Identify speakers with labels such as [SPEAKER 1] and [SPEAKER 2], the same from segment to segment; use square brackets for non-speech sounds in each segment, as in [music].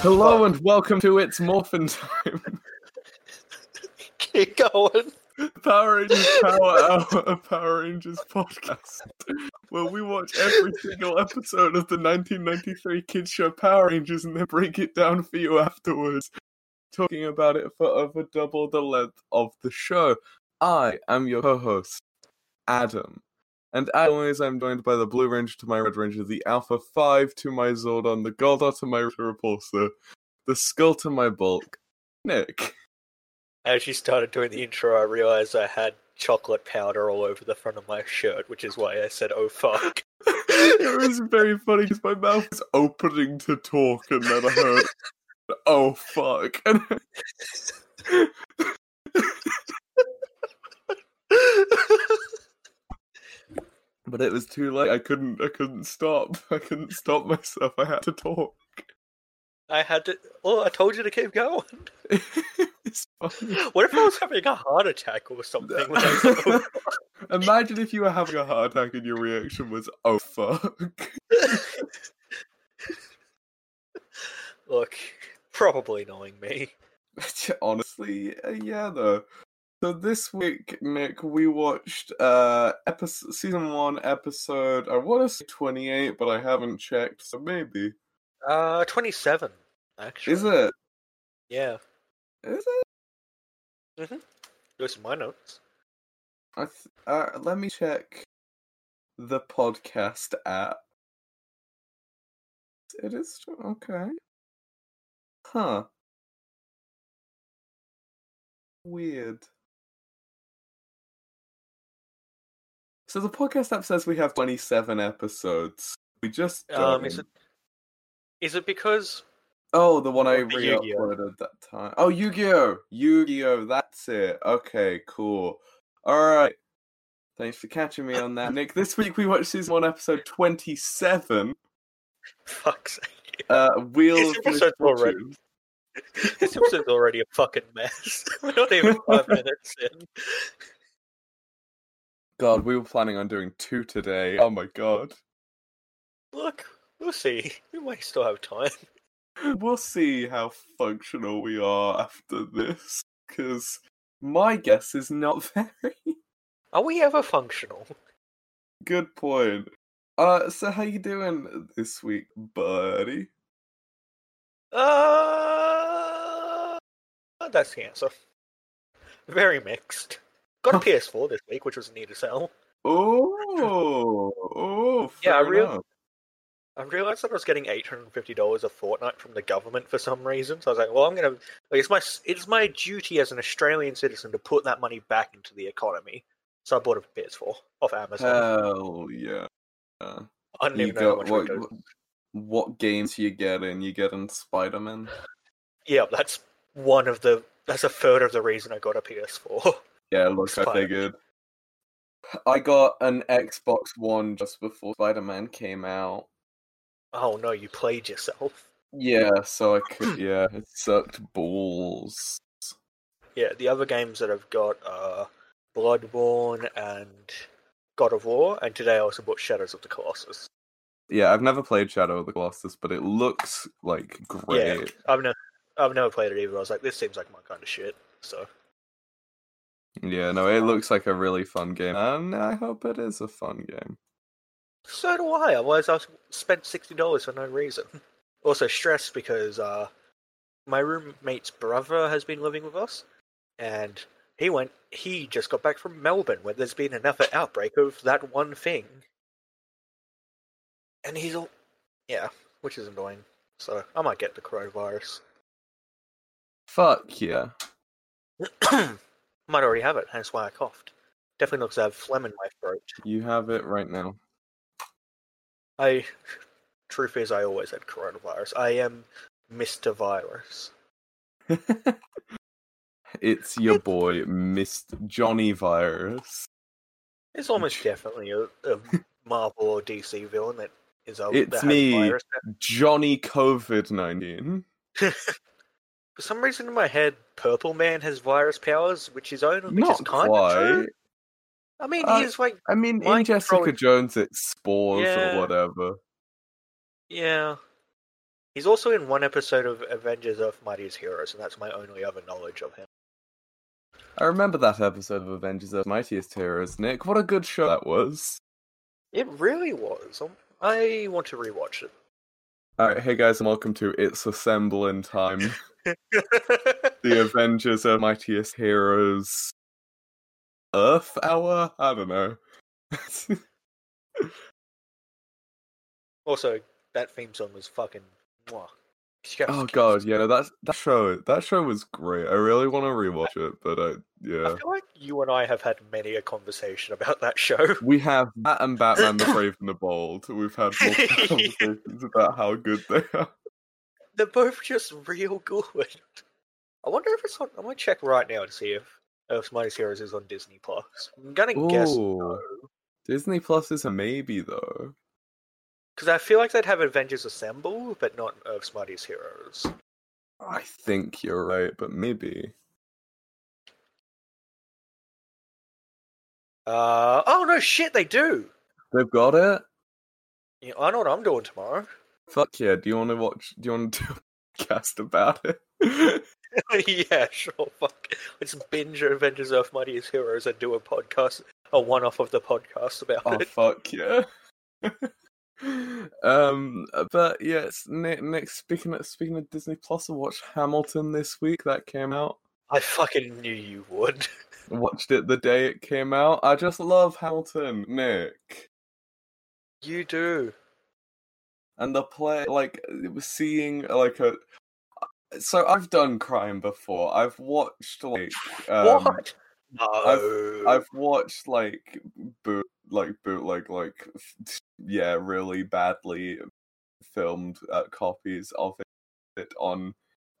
[SPEAKER 1] Hello and welcome to It's Morphin Time,
[SPEAKER 2] [laughs] Keep going.
[SPEAKER 1] Power Rangers Power Hour, a Power Rangers podcast, where we watch every single episode of the 1993 kids show Power Rangers and then break it down for you afterwards, talking about it for over double the length of the show. I am your co-host, Adam. And as always, I'm joined by the Blue Ranger to my Red Ranger, the Alpha 5 to my Zordon, the Goldar to my Repulsor, the Skull to my Bulk, Nick. [laughs]
[SPEAKER 2] As you started doing the intro, I realized I had chocolate powder all over the front of my shirt, which is why I said, oh
[SPEAKER 1] [laughs]
[SPEAKER 2] fuck.
[SPEAKER 1] it was very funny because my mouth was opening to talk and then I heard, oh fuck. [laughs] And but it was too late. I couldn't I couldn't stop. I couldn't stop myself. I had to talk. [laughs]
[SPEAKER 2] I had to. Oh, I told you to keep going. [laughs]
[SPEAKER 1] it's funny.
[SPEAKER 2] What if I was having a heart attack or something? when I said, "Oh, fuck?"
[SPEAKER 1] [laughs] Imagine if you were having a heart attack and your reaction was, oh fuck.
[SPEAKER 2] [laughs] Look, probably knowing me.
[SPEAKER 1] [laughs] Honestly, uh, yeah, though. So this week, Nick, we watched uh episode season one episode. I want to say twenty eight, but I haven't checked, so maybe
[SPEAKER 2] Uh, 27, actually.
[SPEAKER 1] is it?
[SPEAKER 2] Yeah. Mm-hmm.
[SPEAKER 1] Is it?
[SPEAKER 2] Those are my notes.
[SPEAKER 1] I th- uh, let me check the podcast app. It is tw- okay. Huh. Weird. So the podcast app says we have 27 episodes. We just
[SPEAKER 2] Um, is
[SPEAKER 1] done-
[SPEAKER 2] it? Is it because
[SPEAKER 1] Oh, the one I
[SPEAKER 2] Or the Yu-Gi-Oh.
[SPEAKER 1] re-uploaded that time. Oh, Yu-Gi-Oh! Yu-Gi-Oh! That's it. Okay, cool. All right. Thanks for catching me on that, Nick. This week we watched season one,
[SPEAKER 2] [laughs]
[SPEAKER 1] episode twenty-seven.
[SPEAKER 2] fuck's sake?
[SPEAKER 1] Uh, Wheel
[SPEAKER 2] This
[SPEAKER 1] of
[SPEAKER 2] episode's already-
[SPEAKER 1] Misfortune.
[SPEAKER 2] [laughs] This episode's already a fucking mess. [laughs] We're not even
[SPEAKER 1] [laughs]
[SPEAKER 2] five minutes in.
[SPEAKER 1] God, we were planning on doing two today. Oh my god.
[SPEAKER 2] Look, we'll see. We might still have time.
[SPEAKER 1] We'll see how functional we are after this, because my guess is not [laughs] very.
[SPEAKER 2] Are we ever functional?
[SPEAKER 1] Good point. Uh, so how you doing this week, buddy?
[SPEAKER 2] Uh, that's the answer. Very mixed. Got a PS4 this week, which was a need to sell.
[SPEAKER 1] Oh, oh,
[SPEAKER 2] Yeah, I
[SPEAKER 1] fair
[SPEAKER 2] real-
[SPEAKER 1] enough.
[SPEAKER 2] I realized that I was getting eight hundred and fifty dollars a fortnight from the government for some reason. So I was like, "Well, I'm gonna. Like, it's my it's my duty as an Australian citizen to put that money back into the economy." So I bought a PS4 off Amazon.
[SPEAKER 1] Hell yeah! Uh,
[SPEAKER 2] I don't
[SPEAKER 1] you
[SPEAKER 2] even know how
[SPEAKER 1] got
[SPEAKER 2] much
[SPEAKER 1] what?
[SPEAKER 2] it goes.
[SPEAKER 1] What games you get in? You get in Spider Man.
[SPEAKER 2] Yeah, that's one of the. That's a third of the reason I got a [laughs] PS4.
[SPEAKER 1] Yeah, look, I
[SPEAKER 2] Spider-Man.
[SPEAKER 1] figured. I got an Xbox One just before Spider Man came out.
[SPEAKER 2] Oh no, you played yourself.
[SPEAKER 1] Yeah, so I
[SPEAKER 2] [laughs]
[SPEAKER 1] could. Yeah, it sucked balls.
[SPEAKER 2] Yeah, the other games that I've got are Bloodborne and God of War, and today I also bought Shadows of the Colossus.
[SPEAKER 1] Yeah, I've never played Shadow of the Colossus, but it looks like great.
[SPEAKER 2] Yeah, I've never, I've never played it either. I was like, this seems like my kind of shit. So
[SPEAKER 1] yeah no, it looks like a really fun game, and I hope it is a fun game.
[SPEAKER 2] So do I. Otherwise, I spent sixty dollars for no reason. [laughs] Also stressed because uh, my roommate's brother has been living with us, and he went. He just got back from Melbourne, where there's been another outbreak of that one thing, and he's all, yeah, which is annoying. So I might get the coronavirus. [clears throat]
[SPEAKER 1] Fuck yeah.
[SPEAKER 2] might already have it. Hence why I coughed. Definitely looks like I have phlegm in my throat.
[SPEAKER 1] You have it right now.
[SPEAKER 2] I, [sighs] truth is, I always had coronavirus. I am Mr. Virus.
[SPEAKER 1] It's your boy, Mr. Johnny Virus.
[SPEAKER 2] It's almost definitely a,
[SPEAKER 1] [laughs]
[SPEAKER 2] a Marvel or DC villain that is a
[SPEAKER 1] It's
[SPEAKER 2] that has
[SPEAKER 1] me.
[SPEAKER 2] virus.
[SPEAKER 1] Johnny COVID 19.
[SPEAKER 2] for some reason in my head, Purple Man has virus powers, which is only which is
[SPEAKER 1] Not
[SPEAKER 2] kind
[SPEAKER 1] quite.
[SPEAKER 2] of true. I mean,
[SPEAKER 1] Uh,
[SPEAKER 2] he's like,
[SPEAKER 1] I mean, in
[SPEAKER 2] Mind
[SPEAKER 1] Jessica
[SPEAKER 2] controlling-
[SPEAKER 1] Jones, it's spores
[SPEAKER 2] Yeah.
[SPEAKER 1] or whatever.
[SPEAKER 2] yeah. He's also in one episode of Avengers: Earth Mightiest Heroes, and that's my only other knowledge of him.
[SPEAKER 1] I remember that episode of Avengers: Earth's Mightiest Heroes, Nick. What a good show that was.
[SPEAKER 2] It really was. Um, I want to rewatch
[SPEAKER 1] All right, hey guys, and welcome to It's Assembling Time,
[SPEAKER 2] it.
[SPEAKER 1] [laughs]
[SPEAKER 2] [laughs]
[SPEAKER 1] the Avengers: Earth's Mightiest Heroes Earth Hour. I don't know. [laughs]
[SPEAKER 2] also, that theme song was fucking. Mwah. Chef's
[SPEAKER 1] oh
[SPEAKER 2] kiss.
[SPEAKER 1] god, yeah, no, that that show that show was great. I really want to rewatch it, but I yeah.
[SPEAKER 2] I feel like you and I have had many a conversation about that show. [laughs]
[SPEAKER 1] We have that and Batman the Brave and the Bold. We've had multiple [laughs] conversations about how good they are.
[SPEAKER 2] They're both just real good. I wonder if it's on. I'm gonna check right now to see if Earth's Mightiest Heroes is on Disney Plus. I'm gonna guess
[SPEAKER 1] Ooh. Disney Plus is a maybe though.
[SPEAKER 2] because I feel like they'd have Avengers Assemble, but not Earth's Mightiest Heroes.
[SPEAKER 1] I think you're right, but maybe.
[SPEAKER 2] Uh oh no, shit, they do.
[SPEAKER 1] They've got it?
[SPEAKER 2] Yeah, I know what I'm doing tomorrow.
[SPEAKER 1] Fuck yeah. Do you wanna watch do you wanna [laughs] do a podcast about it?
[SPEAKER 2] [laughs] yeah, sure. Fuck. Let's binge Avengers Earth Mightiest Heroes and do a podcast, a one-off of the podcast about [laughs]
[SPEAKER 1] oh
[SPEAKER 2] it.
[SPEAKER 1] fuck yeah. [laughs] um but yes, Nick, Nick speaking of speaking of Disney Plus, I watched Hamilton this week that came out.
[SPEAKER 2] I fucking knew you would.
[SPEAKER 1] Watched it the day it came out. I just love Hamilton,
[SPEAKER 2] [laughs]
[SPEAKER 1] Nick.
[SPEAKER 2] You do.
[SPEAKER 1] and the play like it was seeing like a so i've done crime before i've watched like um,
[SPEAKER 2] what? No.
[SPEAKER 1] i've watched like boot like bootleg like f- yeah really badly filmed uh, copies of it on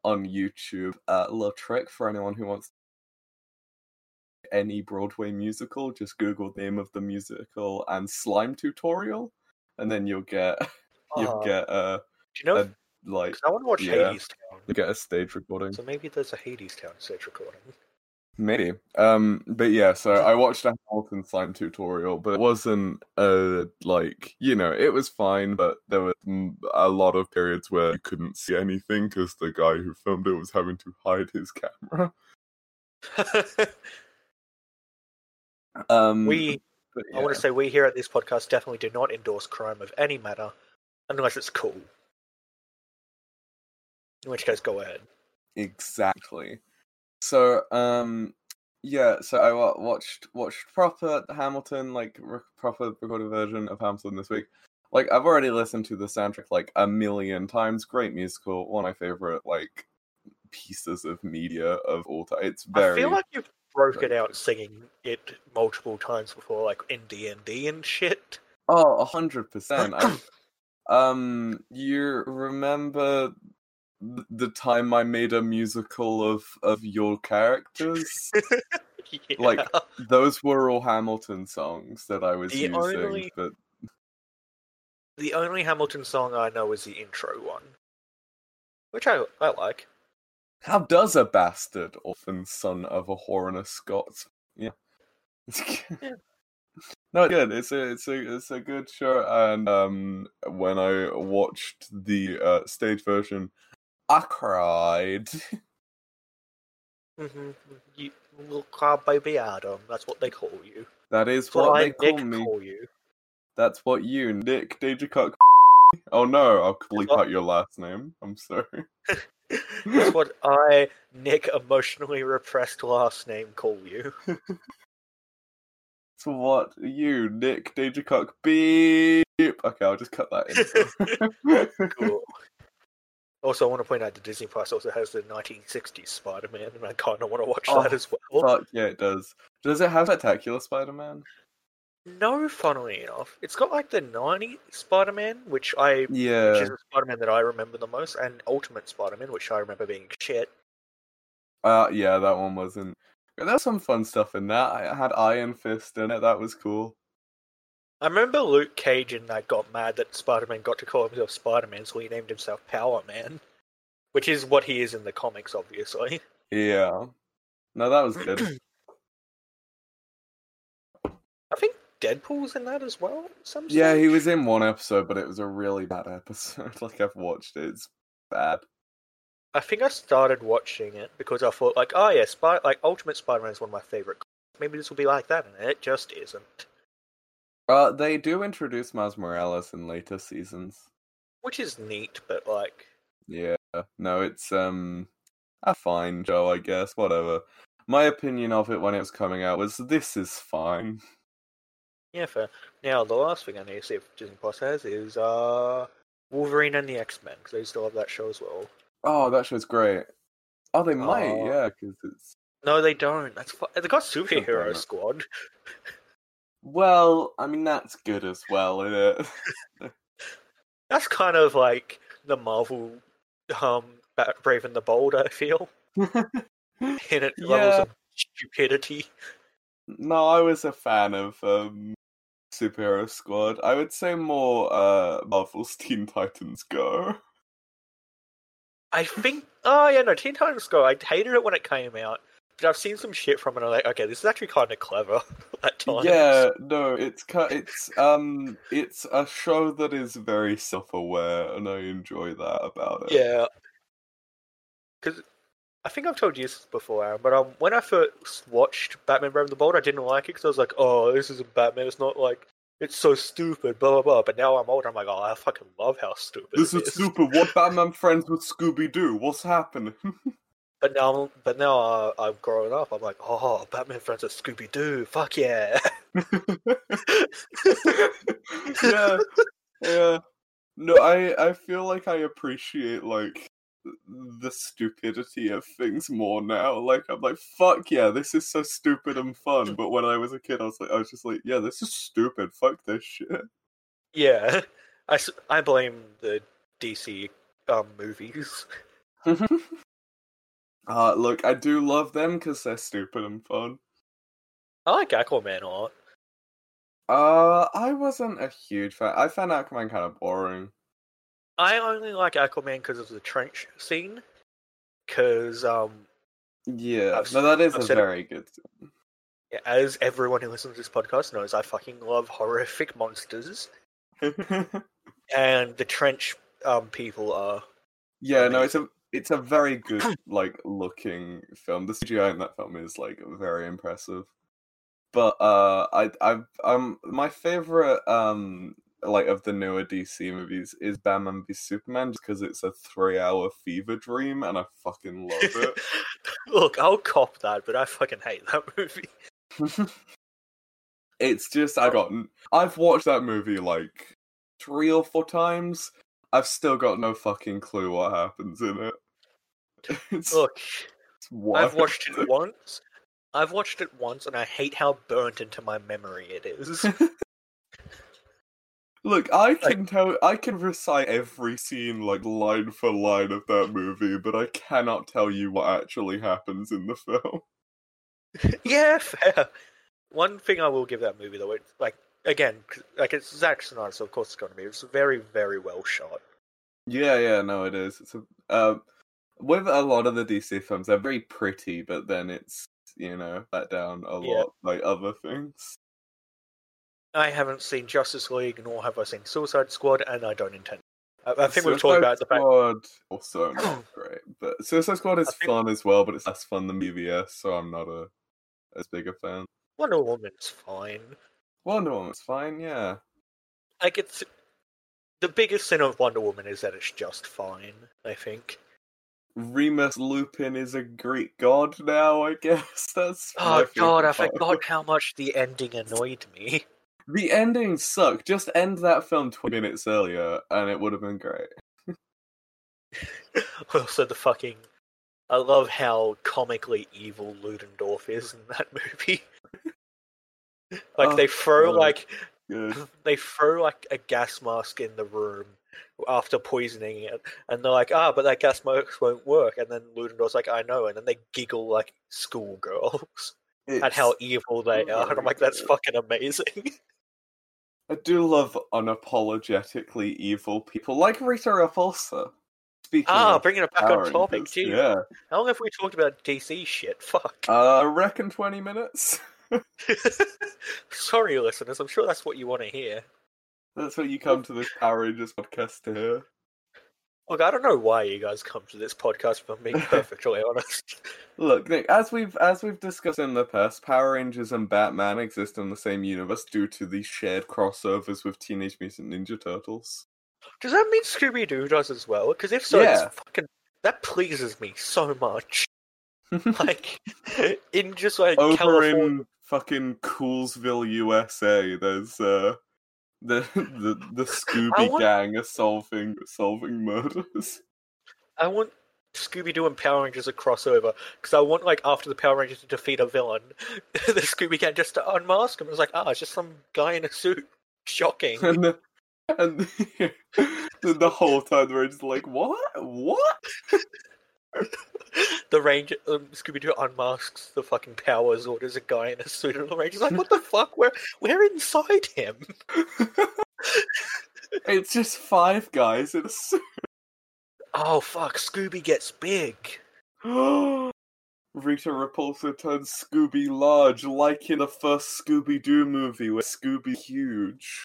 [SPEAKER 1] on youtube uh little trick for anyone who wants any broadway musical just google name of the musical and slime tutorial and then you'll get [laughs] you'll
[SPEAKER 2] Uh,
[SPEAKER 1] get a
[SPEAKER 2] Do you know?
[SPEAKER 1] a- like
[SPEAKER 2] 'cause I want to watch
[SPEAKER 1] yeah.
[SPEAKER 2] Hades Town.
[SPEAKER 1] you'll get a stage recording
[SPEAKER 2] So maybe there's a Hades Town stage recording. [laughs]
[SPEAKER 1] maybe um but yeah so i watched a hamilton slime tutorial but it wasn't uh like you know it was fine but there were mm, a lot of periods where you couldn't see anything because the guy who filmed it was having to hide his [laughs] camera um
[SPEAKER 2] we,
[SPEAKER 1] but
[SPEAKER 2] I want to say, we here at this podcast definitely do not endorse crime of any matter, unless it's cool. In which case, go ahead.
[SPEAKER 1] Exactly. So, um, yeah. So I wa- watched watched proper Hamilton, like re- proper recorded version of Hamilton this week. Like I've already listened to the soundtrack like a million times. Great musical, one of my favorite like pieces of media of all time. It's very
[SPEAKER 2] I feel like you've broken
[SPEAKER 1] very
[SPEAKER 2] out singing it multiple times before, like in D and D and shit. [laughs]
[SPEAKER 1] Oh, a
[SPEAKER 2] [coughs]
[SPEAKER 1] hundred percent. I- Um, you remember th- the time I made a musical of of your characters? Like,
[SPEAKER 2] Yeah.
[SPEAKER 1] Those were all Hamilton songs that I was
[SPEAKER 2] The
[SPEAKER 1] using,
[SPEAKER 2] only-
[SPEAKER 1] but
[SPEAKER 2] the only Hamilton song I know is the intro one, which I I like.
[SPEAKER 1] how does a bastard orphan son of a whore and a Scots? Yeah.
[SPEAKER 2] Yeah.
[SPEAKER 1] [laughs] No, it's good. It's a it's a it's a good show. And um, when I watched the uh, stage version, I cried. [laughs]
[SPEAKER 2] Mm-hmm. You little crab baby Adam. That's what they call you.
[SPEAKER 1] That is
[SPEAKER 2] That's what,
[SPEAKER 1] what
[SPEAKER 2] I
[SPEAKER 1] they call
[SPEAKER 2] Nick
[SPEAKER 1] me.
[SPEAKER 2] call
[SPEAKER 1] [laughs]
[SPEAKER 2] you.
[SPEAKER 1] That's what you, Nick Dejacuk. [laughs] Oh no, I'll bleep
[SPEAKER 2] what-
[SPEAKER 1] out your last name. I'm sorry.
[SPEAKER 2] That's what I Nick emotionally repressed last name call you.
[SPEAKER 1] It's what you, Nick Dejacuk. Beep. Okay, I'll just cut that in.
[SPEAKER 2] Cool. also, I want to point out that Disney Plus also has the 1960s Spider-Man, and I kind of want to watch
[SPEAKER 1] Oh,
[SPEAKER 2] that as well.
[SPEAKER 1] Fuck yeah, it does. Does it have Spectacular Spider-Man?
[SPEAKER 2] No, funnily enough, it's got like the 90s Spider-Man, which I
[SPEAKER 1] Yeah.
[SPEAKER 2] which is the Spider-Man that I remember the most, and Ultimate Spider-Man, which I remember being shit.
[SPEAKER 1] Uh, yeah, that one wasn't. There's some fun stuff in that. I had Iron Fist in it. That was cool.
[SPEAKER 2] I remember Luke Cage and that got mad that Spider Man got to call himself Spider Man, so he named himself Power Man. which is what he is in the comics, obviously.
[SPEAKER 1] Yeah. No, that was good.
[SPEAKER 2] I think Deadpool's in that as well. at Some
[SPEAKER 1] yeah, he
[SPEAKER 2] stage.
[SPEAKER 1] was in one episode, but it was a really bad episode. [laughs] Like I've watched it, it's bad.
[SPEAKER 2] I think I started watching it because I thought, like, oh yeah, Spy- like Ultimate Spider-Man is one of my favorite. comics. Maybe this will be like that, and it just isn't.
[SPEAKER 1] Uh, they do introduce Miles Morales in later seasons.
[SPEAKER 2] Which is neat, but like,
[SPEAKER 1] Yeah. No, it's um a fine show, I guess. Whatever. My opinion of it when it was coming out was this is fine.
[SPEAKER 2] yeah, fair. Now the last thing I need to see if Disney Plus has is uh Wolverine and the X-Men because they still have that show as well.
[SPEAKER 1] Oh, that show's great. Oh, they might,
[SPEAKER 2] Oh.
[SPEAKER 1] yeah, because it's
[SPEAKER 2] No, they don't. That's fu- they got
[SPEAKER 1] damn
[SPEAKER 2] Superhero
[SPEAKER 1] it.
[SPEAKER 2] Squad.
[SPEAKER 1] well. I mean, that's good as well, isn't it?
[SPEAKER 2] That's kind of like the Marvel, um, Ba- Brave and the Bold. I
[SPEAKER 1] [laughs]
[SPEAKER 2] feel in it levels
[SPEAKER 1] Yeah.
[SPEAKER 2] of stupidity.
[SPEAKER 1] [laughs] No, I was a fan of um, Superhero Squad. I would say more uh, [laughs] Marvel's Teen Titans Go. [laughs]
[SPEAKER 2] I think. Oh yeah, no, Teen Titans Go. I hated it when it came out, but I've seen some shit from it. And I'm like, okay, this is actually kind of clever [laughs] at times.
[SPEAKER 1] Yeah, no, it's cu- it's um it's a show that is very self-aware, and I enjoy that about it.
[SPEAKER 2] yeah. Because I think I've told you this before, Aaron, but um, when I first watched Batman: Brave and the Bold, I didn't like it because I was like, oh, this isn't Batman. It's not like it's so stupid, blah blah blah. But now I'm older, I'm like, oh, I fucking love how stupid
[SPEAKER 1] This
[SPEAKER 2] it
[SPEAKER 1] is stupid. What Batman friends with Scooby Doo? What's happening? [laughs]
[SPEAKER 2] But now, I'm- but now uh, I've grown up. I'm like, oh, Batman friends with Scooby Doo. Fuck yeah. [laughs]
[SPEAKER 1] yeah, yeah. No, I I feel like I appreciate like the stupidity of things more now. Like I'm like, fuck yeah, this is so stupid and fun. But when I was a kid, I was like, I was just like, yeah, this is stupid. Fuck this shit.
[SPEAKER 2] [laughs] Yeah, I, s- I blame the DC um, movies.
[SPEAKER 1] uh look, I do love them because they're stupid and fun.
[SPEAKER 2] I like Aquaman a lot.
[SPEAKER 1] Uh, I wasn't a huge fan. I found Aquaman kind of boring.
[SPEAKER 2] I only like Aquaman because of the trench scene. Because um,
[SPEAKER 1] Yeah,
[SPEAKER 2] I've s-
[SPEAKER 1] no, that is
[SPEAKER 2] I've
[SPEAKER 1] a
[SPEAKER 2] said it-
[SPEAKER 1] very good.
[SPEAKER 2] as everyone who listens to this podcast knows, I fucking love horrific monsters, and the trench um, people are [laughs]
[SPEAKER 1] Yeah, no, it's a it's a very good like looking film. The CGI in that film is like very impressive. But uh I I um my favorite um like of the newer DC movies is Batman v Superman just because it's a three hour fever dream and I fucking love it.
[SPEAKER 2] Look, I'll cop that, but I fucking hate that [laughs] movie.
[SPEAKER 1] [laughs] it's just I got n- I've watched that movie like three or four times. I've still got no fucking clue what happens in it. [laughs] It's,
[SPEAKER 2] Look,
[SPEAKER 1] it's wild.
[SPEAKER 2] I've watched it once. I've watched it once, and I hate how burnt into my memory it is. [laughs]
[SPEAKER 1] Look, I can tell, I can recite every scene like line for line of that movie, but I cannot tell you what actually happens in the [laughs] film.
[SPEAKER 2] Yeah, fair. One thing I will give that movie though, it's like again, 'cause- like it's Zack Snyder, so of course it's going to be. It's very, very well shot.
[SPEAKER 1] Yeah, yeah, no, it is. It's a, uh, with a lot of the DC films, they're very pretty, but then it's you know let down a
[SPEAKER 2] Yeah.
[SPEAKER 1] lot by other things.
[SPEAKER 2] I haven't seen Justice League, nor have I seen Suicide Squad, and I don't intend. I, I think we've talked
[SPEAKER 1] Suicide
[SPEAKER 2] about the fact.
[SPEAKER 1] Squad
[SPEAKER 2] [clears throat]
[SPEAKER 1] also not great, but Suicide Squad is
[SPEAKER 2] I think-
[SPEAKER 1] fun as well, but it's less fun than BVS, so I'm not a as big a fan.
[SPEAKER 2] Wonder Woman's fine.
[SPEAKER 1] Wonder Woman's fine, yeah.
[SPEAKER 2] Like it's the biggest sin of Wonder Woman is that it's just fine. I think.
[SPEAKER 1] Remus Lupin is a Greek god now, I guess. [laughs] That's my
[SPEAKER 2] Oh God, I
[SPEAKER 1] favorite part.
[SPEAKER 2] forgot how much the ending annoyed me. [laughs]
[SPEAKER 1] The endings suck. Just end that film 20 minutes earlier and it would have been great.
[SPEAKER 2] also, the fucking. I love how comically evil Ludendorff is in that [laughs] movie. like
[SPEAKER 1] Oh,
[SPEAKER 2] they throw
[SPEAKER 1] God.
[SPEAKER 2] like
[SPEAKER 1] Good.
[SPEAKER 2] [laughs] they throw like a gas mask in the room after poisoning it, and they're like, "Ah, but that gas mask won't work." And then Ludendorff's like, "I know," and then they giggle like schoolgirls [laughs] at
[SPEAKER 1] It's-
[SPEAKER 2] how evil they are, and I'm like, "That's fucking
[SPEAKER 1] [laughs]
[SPEAKER 2] amazing."
[SPEAKER 1] I do love unapologetically evil people like Rita Repulsa. Speaking
[SPEAKER 2] Ah,
[SPEAKER 1] of
[SPEAKER 2] bringing it back
[SPEAKER 1] Power
[SPEAKER 2] on topic,
[SPEAKER 1] Rangers,
[SPEAKER 2] too.
[SPEAKER 1] Yeah.
[SPEAKER 2] How long have we talked about DC shit? Fuck.
[SPEAKER 1] Uh, I reckon 20 minutes.
[SPEAKER 2] [laughs]
[SPEAKER 1] [laughs]
[SPEAKER 2] Sorry, listeners. I'm sure that's what you want to hear.
[SPEAKER 1] That's what you come to this Power Rangers podcast to hear.
[SPEAKER 2] Look, I don't know why you guys come to this podcast. If I'm
[SPEAKER 1] [laughs]
[SPEAKER 2] being perfectly honest,
[SPEAKER 1] Look, Nick, as we've as we've discussed in the past, Power Rangers and Batman exist in the same universe due to the shared crossovers with Teenage Mutant Ninja Turtles.
[SPEAKER 2] does that mean Scooby Doo does as well? Because if so,
[SPEAKER 1] Yeah.
[SPEAKER 2] it's fucking that pleases me so
[SPEAKER 1] [laughs]
[SPEAKER 2] much. Like in just like
[SPEAKER 1] Over
[SPEAKER 2] California,
[SPEAKER 1] in fucking Coolsville, USA, there's uh the the the Scooby
[SPEAKER 2] want-
[SPEAKER 1] Gang are solving solving murders.
[SPEAKER 2] I want Scooby Doo and Power Rangers a crossover because I want like after the Power Rangers to defeat a villain, [laughs] the Scooby Gang just to unmask him. It's like ah, it's just some guy in a suit.
[SPEAKER 1] [laughs]
[SPEAKER 2] Shocking.
[SPEAKER 1] And the, and the, the, the whole time they're just like, what? What?
[SPEAKER 2] the ranger um, Scooby Doo unmasks the fucking Power Zord as a guy in a suit, and the ranger's like, "What
[SPEAKER 1] [laughs]
[SPEAKER 2] the fuck? We're we're inside him."
[SPEAKER 1] It's just five guys in a suit.
[SPEAKER 2] Oh fuck! Scooby gets big.
[SPEAKER 1] [gasps] Rita Repulsa turns Scooby large, like in the first Scooby Doo movie where Scooby huge.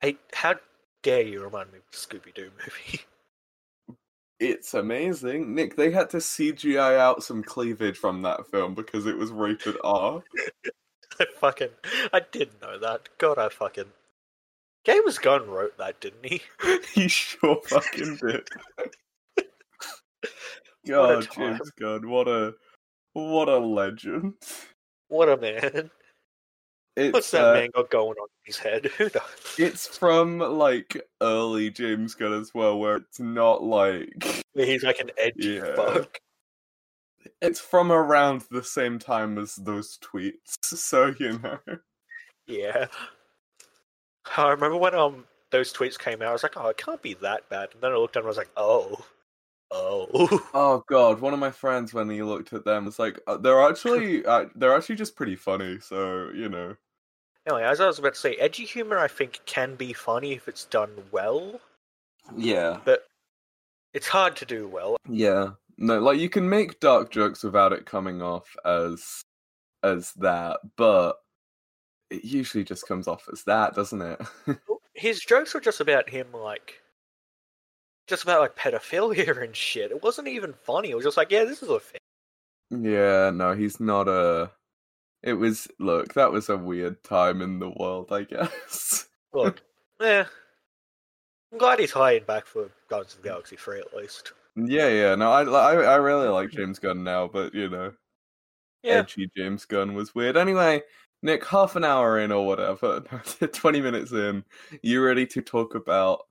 [SPEAKER 2] Hey, how dare you remind me of the Scooby Doo movie? [laughs]
[SPEAKER 1] It's amazing, Nick. They had to CGI out some cleavage from that film because it was rated R. [laughs]
[SPEAKER 2] I fucking I didn't know that. God, I fucking. James Gunn wrote that, didn't he? [laughs]
[SPEAKER 1] he sure fucking did. Oh,
[SPEAKER 2] What a
[SPEAKER 1] God,
[SPEAKER 2] time.
[SPEAKER 1] James Gunn, what a what a legend.
[SPEAKER 2] What a man!
[SPEAKER 1] It's,
[SPEAKER 2] What's that
[SPEAKER 1] uh,
[SPEAKER 2] man got going on in his head? [laughs] Who knows?
[SPEAKER 1] It's from like early James Gunn as well, where it's not like
[SPEAKER 2] He's like an edgy
[SPEAKER 1] Yeah.
[SPEAKER 2] fuck.
[SPEAKER 1] it's from around the same time as those tweets, [laughs] so you know.
[SPEAKER 2] Yeah. I remember when um those tweets came out, I was like, oh, it can't be that bad. And then I looked down and I was like, oh, oh. [laughs]
[SPEAKER 1] Oh god, one of my friends when he looked at them was like, uh, "They're actually, uh, they're actually just pretty funny." So you know,
[SPEAKER 2] anyway, as I was about to say, edgy humor I think can be funny if it's done well.
[SPEAKER 1] yeah,
[SPEAKER 2] It's hard to do well.
[SPEAKER 1] yeah. No, like you can make dark jokes without it coming off as as that, but it usually just comes off as that, doesn't it? [laughs]
[SPEAKER 2] His jokes were just about him, like, just about like pedophilia [laughs] and shit. It wasn't even funny. It was just like, yeah, this is a thing.
[SPEAKER 1] Yeah, no, he's not a. It was look, that was a weird time in the world, I guess.
[SPEAKER 2] Look, yeah. I'm glad he's hired back for Guardians of the Galaxy 3 at least.
[SPEAKER 1] Yeah, yeah, no, I, I, I really like James Gunn now, but you know,
[SPEAKER 2] Yeah.
[SPEAKER 1] edgy James Gunn was weird. Anyway, Nick, half an hour in or whatever, [laughs] twenty minutes in, you ready to talk about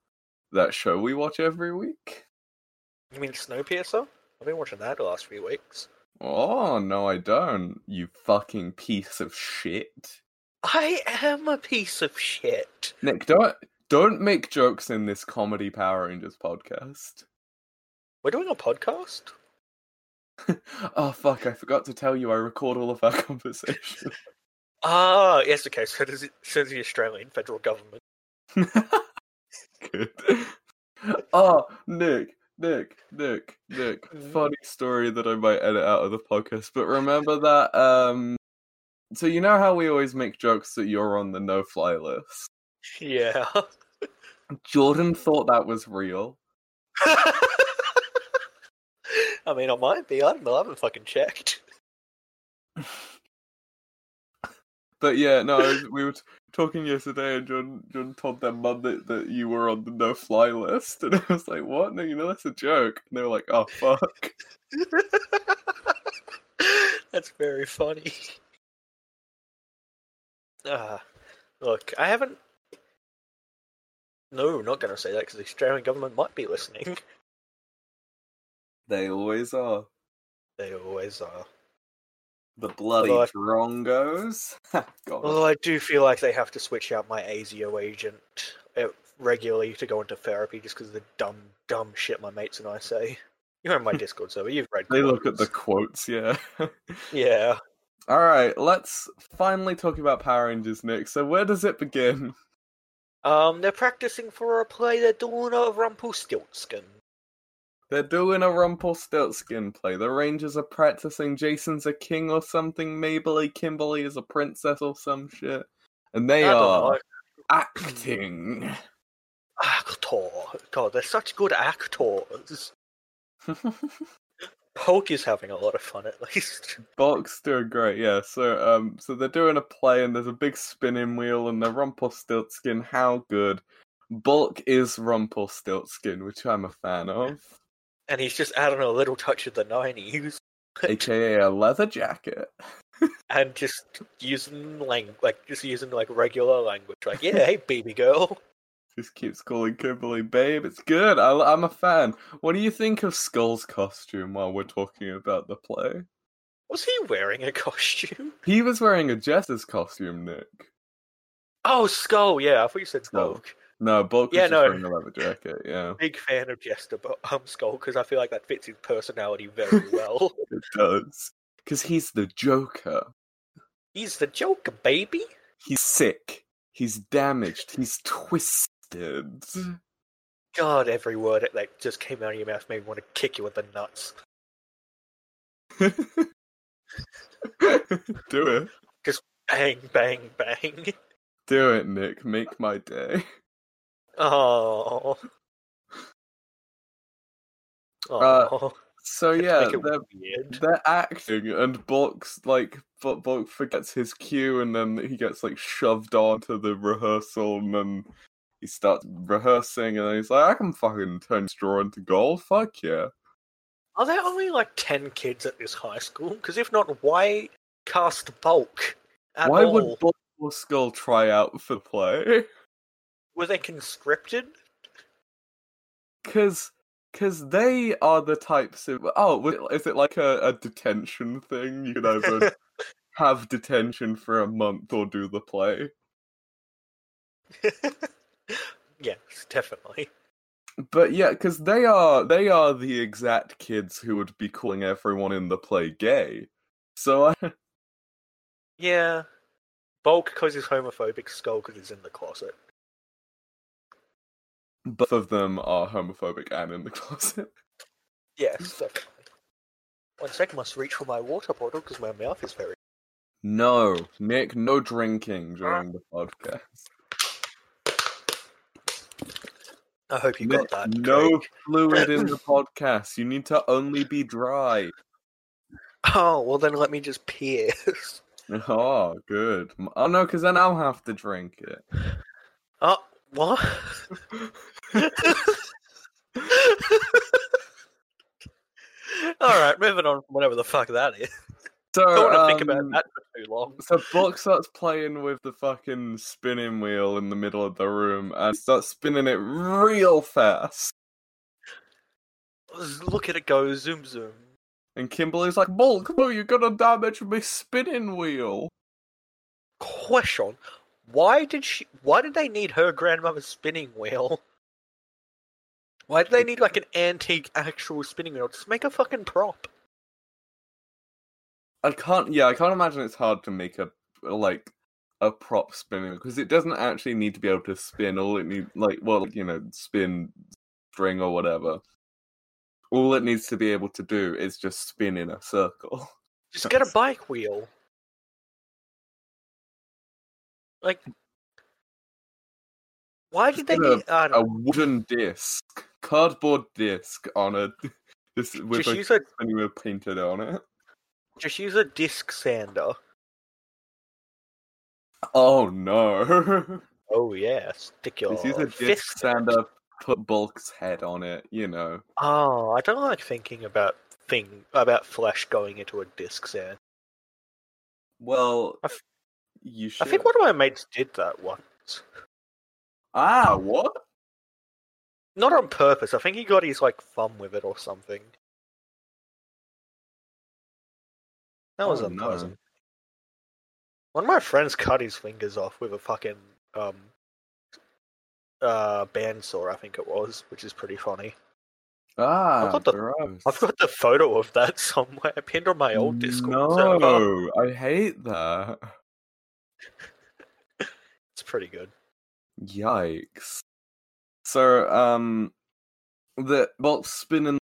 [SPEAKER 1] that show we watch every week?
[SPEAKER 2] You mean Snowpiercer? I've been watching that the last few weeks.
[SPEAKER 1] Oh no, I don't. You fucking piece of shit,
[SPEAKER 2] I am a piece of shit.
[SPEAKER 1] Nick. Don't don't make jokes in this comedy Power Rangers podcast. [laughs]
[SPEAKER 2] We're doing a podcast?
[SPEAKER 1] Oh fuck! I forgot to tell you. I record all of our [laughs] conversations.
[SPEAKER 2] Ah, yes, okay, so does, it, so does the Australian federal government.
[SPEAKER 1] Good. [laughs] Oh, Nick, Nick, Nick, Nick.
[SPEAKER 2] Mhm.
[SPEAKER 1] Funny story that I might edit out of the podcast. But remember that. Um. So you know how we always make jokes that you're on the no-fly list.
[SPEAKER 2] Yeah. [laughs]
[SPEAKER 1] Jordan thought that was real.
[SPEAKER 2] I mean, I might be. I don't know. I haven't fucking checked.
[SPEAKER 1] But yeah, no, I was- we were t- talking yesterday, and John John told their mum that, that you were on the no fly list, and [laughs] I was like, "What? No, you know that's a joke." And they were like, "Oh fuck."
[SPEAKER 2] [laughs] That's very funny. Ah, look, I haven't. No, not going to say that because the Australian government might be listening. [laughs]
[SPEAKER 1] They always are.
[SPEAKER 2] They always are.
[SPEAKER 1] The bloody
[SPEAKER 2] Although I-
[SPEAKER 1] drongos. [laughs] Ha, God.
[SPEAKER 2] Although I do feel like they have to switch out my ASIO agent uh, regularly to go into therapy just because of the dumb, dumb shit my mates and I say. You're in
[SPEAKER 1] [laughs]
[SPEAKER 2] my Discord server. You've read.
[SPEAKER 1] they look at the
[SPEAKER 2] quotes.
[SPEAKER 1] quotes, yeah. [laughs]
[SPEAKER 2] Yeah.
[SPEAKER 1] All right, let's finally talk about Power Rangers, Nick. So where does it begin?
[SPEAKER 2] Um, they're practicing for a play. They're doing a Rumpelstiltskin.
[SPEAKER 1] They're doing a Rumpelstiltskin play. The Rangers are practicing Jason's a king or something. Mabley Kimberly is a princess or some shit. And they
[SPEAKER 2] I don't
[SPEAKER 1] are
[SPEAKER 2] know.
[SPEAKER 1] acting. [laughs]
[SPEAKER 2] Actor. God, they're such good actors. Poke is having a lot of fun, at [laughs] least.
[SPEAKER 1] Box doing great, yeah. So um so they're doing a play and there's a big spinning wheel and the Rumpelstiltskin, how good. Bulk is Rumpelstiltskin, which I'm a fan of.
[SPEAKER 2] And he's just adding a little touch of the 90s.
[SPEAKER 1] AKA a leather jacket.
[SPEAKER 2] and just using language, like just using like regular language, like yeah, hey baby girl.
[SPEAKER 1] Just keeps calling Kimberly babe. It's good. I, I'm a fan. What do you think of Skull's costume while we're talking about the play?
[SPEAKER 2] Was he wearing a costume?
[SPEAKER 1] He was wearing a Jess's costume, Nick.
[SPEAKER 2] Oh, Skull. Yeah, I thought you said
[SPEAKER 1] Skull.
[SPEAKER 2] Skull.
[SPEAKER 1] No, Bulk was
[SPEAKER 2] Yeah,
[SPEAKER 1] just
[SPEAKER 2] no.
[SPEAKER 1] wearing a leather jacket, yeah.
[SPEAKER 2] Big fan of Jester, but um, Skull because I feel like that fits his personality very well.
[SPEAKER 1] It does. Because he's the Joker.
[SPEAKER 2] He's the Joker, baby.
[SPEAKER 1] He's sick. He's damaged. He's twisted. [laughs]
[SPEAKER 2] God, every word that like, just came out of your mouth made me want to kick you in the nuts.
[SPEAKER 1] Do it.
[SPEAKER 2] Bang, bang, bang.
[SPEAKER 1] Do it, Nick. Make my day.
[SPEAKER 2] Oh. Oh.
[SPEAKER 1] Uh, So
[SPEAKER 2] Let's
[SPEAKER 1] yeah,
[SPEAKER 2] make it
[SPEAKER 1] they're
[SPEAKER 2] weird.
[SPEAKER 1] they're acting and Bulk's like Bu- Bulk forgets his cue and then he gets like shoved onto the rehearsal and then he starts rehearsing and then he's like, I can fucking turn straw into gold, fuck yeah.
[SPEAKER 2] Are there only like 10 kids at this high school? Because if not, why cast bulk at
[SPEAKER 1] Why
[SPEAKER 2] all?
[SPEAKER 1] would Bulk or Skull try out for play? [laughs]
[SPEAKER 2] Were they conscripted? [laughs]
[SPEAKER 1] Cause, cause they are the types of oh, w- is it like a, a detention thing? You can either
[SPEAKER 2] [laughs]
[SPEAKER 1] have detention for a month or do the play.
[SPEAKER 2] yes, definitely.
[SPEAKER 1] But yeah, cause they are they are the exact kids who would be calling everyone in the play gay. So I, [laughs]
[SPEAKER 2] Yeah. Bulk because he's homophobic, Skull because he's in the closet.
[SPEAKER 1] both of them are homophobic and in the closet. [laughs]
[SPEAKER 2] Yes,
[SPEAKER 1] Mm.
[SPEAKER 2] definitely. One second, must reach for my water bottle because my mouth is very.
[SPEAKER 1] No, Nick, no drinking during the podcast.
[SPEAKER 2] I hope you
[SPEAKER 1] Nick,
[SPEAKER 2] got that.
[SPEAKER 1] no
[SPEAKER 2] Craig.
[SPEAKER 1] fluid in
[SPEAKER 2] [laughs]
[SPEAKER 1] the podcast. You need to only be dry. [laughs]
[SPEAKER 2] Oh, well then let me just pierce.
[SPEAKER 1] Oh, good. M- Oh no, because then I'll have to drink it.
[SPEAKER 2] Oh, what? [laughs] Alright, moving on from whatever the fuck that is.
[SPEAKER 1] So,
[SPEAKER 2] Don't want to think
[SPEAKER 1] um,
[SPEAKER 2] about that for too long.
[SPEAKER 1] So Buck starts playing with the fucking spinning wheel in the middle of the room and starts spinning it real fast.
[SPEAKER 2] Just Look at it go zoom zoom.
[SPEAKER 1] And Kimberly's like, Bulk, no, you're gonna damage my spinning wheel.
[SPEAKER 2] Question: Why did she? Why did they need her grandmother's spinning wheel? Why did they need like an antique actual spinning wheel? Just make a fucking prop.
[SPEAKER 1] I can't. Yeah, I can't imagine it's hard to make a like a prop spinning because it doesn't actually need to be able to spin. All it needs, like, well, you know, spin string or whatever. All it needs to be able to do is just spin in a circle.
[SPEAKER 2] Just get a bike wheel. Like, why did they
[SPEAKER 1] Instead of
[SPEAKER 2] need? I
[SPEAKER 1] A
[SPEAKER 2] don't know,
[SPEAKER 1] wooden disc, cardboard disc on a this with
[SPEAKER 2] just
[SPEAKER 1] a
[SPEAKER 2] use a
[SPEAKER 1] spinning wheel painted on it.
[SPEAKER 2] just use a disc sander.
[SPEAKER 1] Oh no! [laughs]
[SPEAKER 2] Oh yeah, stick your
[SPEAKER 1] Just use a disc
[SPEAKER 2] fist.
[SPEAKER 1] sander, put Bulk's head on it. You know.
[SPEAKER 2] Oh, I don't like thinking about thing about flesh going into a disc sander.
[SPEAKER 1] Well,
[SPEAKER 2] I f-
[SPEAKER 1] you should.
[SPEAKER 2] I think one of my mates did that once.
[SPEAKER 1] Ah, what?
[SPEAKER 2] Not on purpose. I think he got his like thumb with it or something. That was
[SPEAKER 1] Oh, no.
[SPEAKER 2] unpleasant. One of my friends cut his fingers off with a fucking um uh bandsaw, I think it was, which is pretty funny.
[SPEAKER 1] Ah,
[SPEAKER 2] got the-
[SPEAKER 1] gross.
[SPEAKER 2] I've got the photo of that [laughs] somewhere pinned on my old Discord server.
[SPEAKER 1] No, I hate that.
[SPEAKER 2] It's pretty good.
[SPEAKER 1] Yikes. So, um, the Bolt's spinning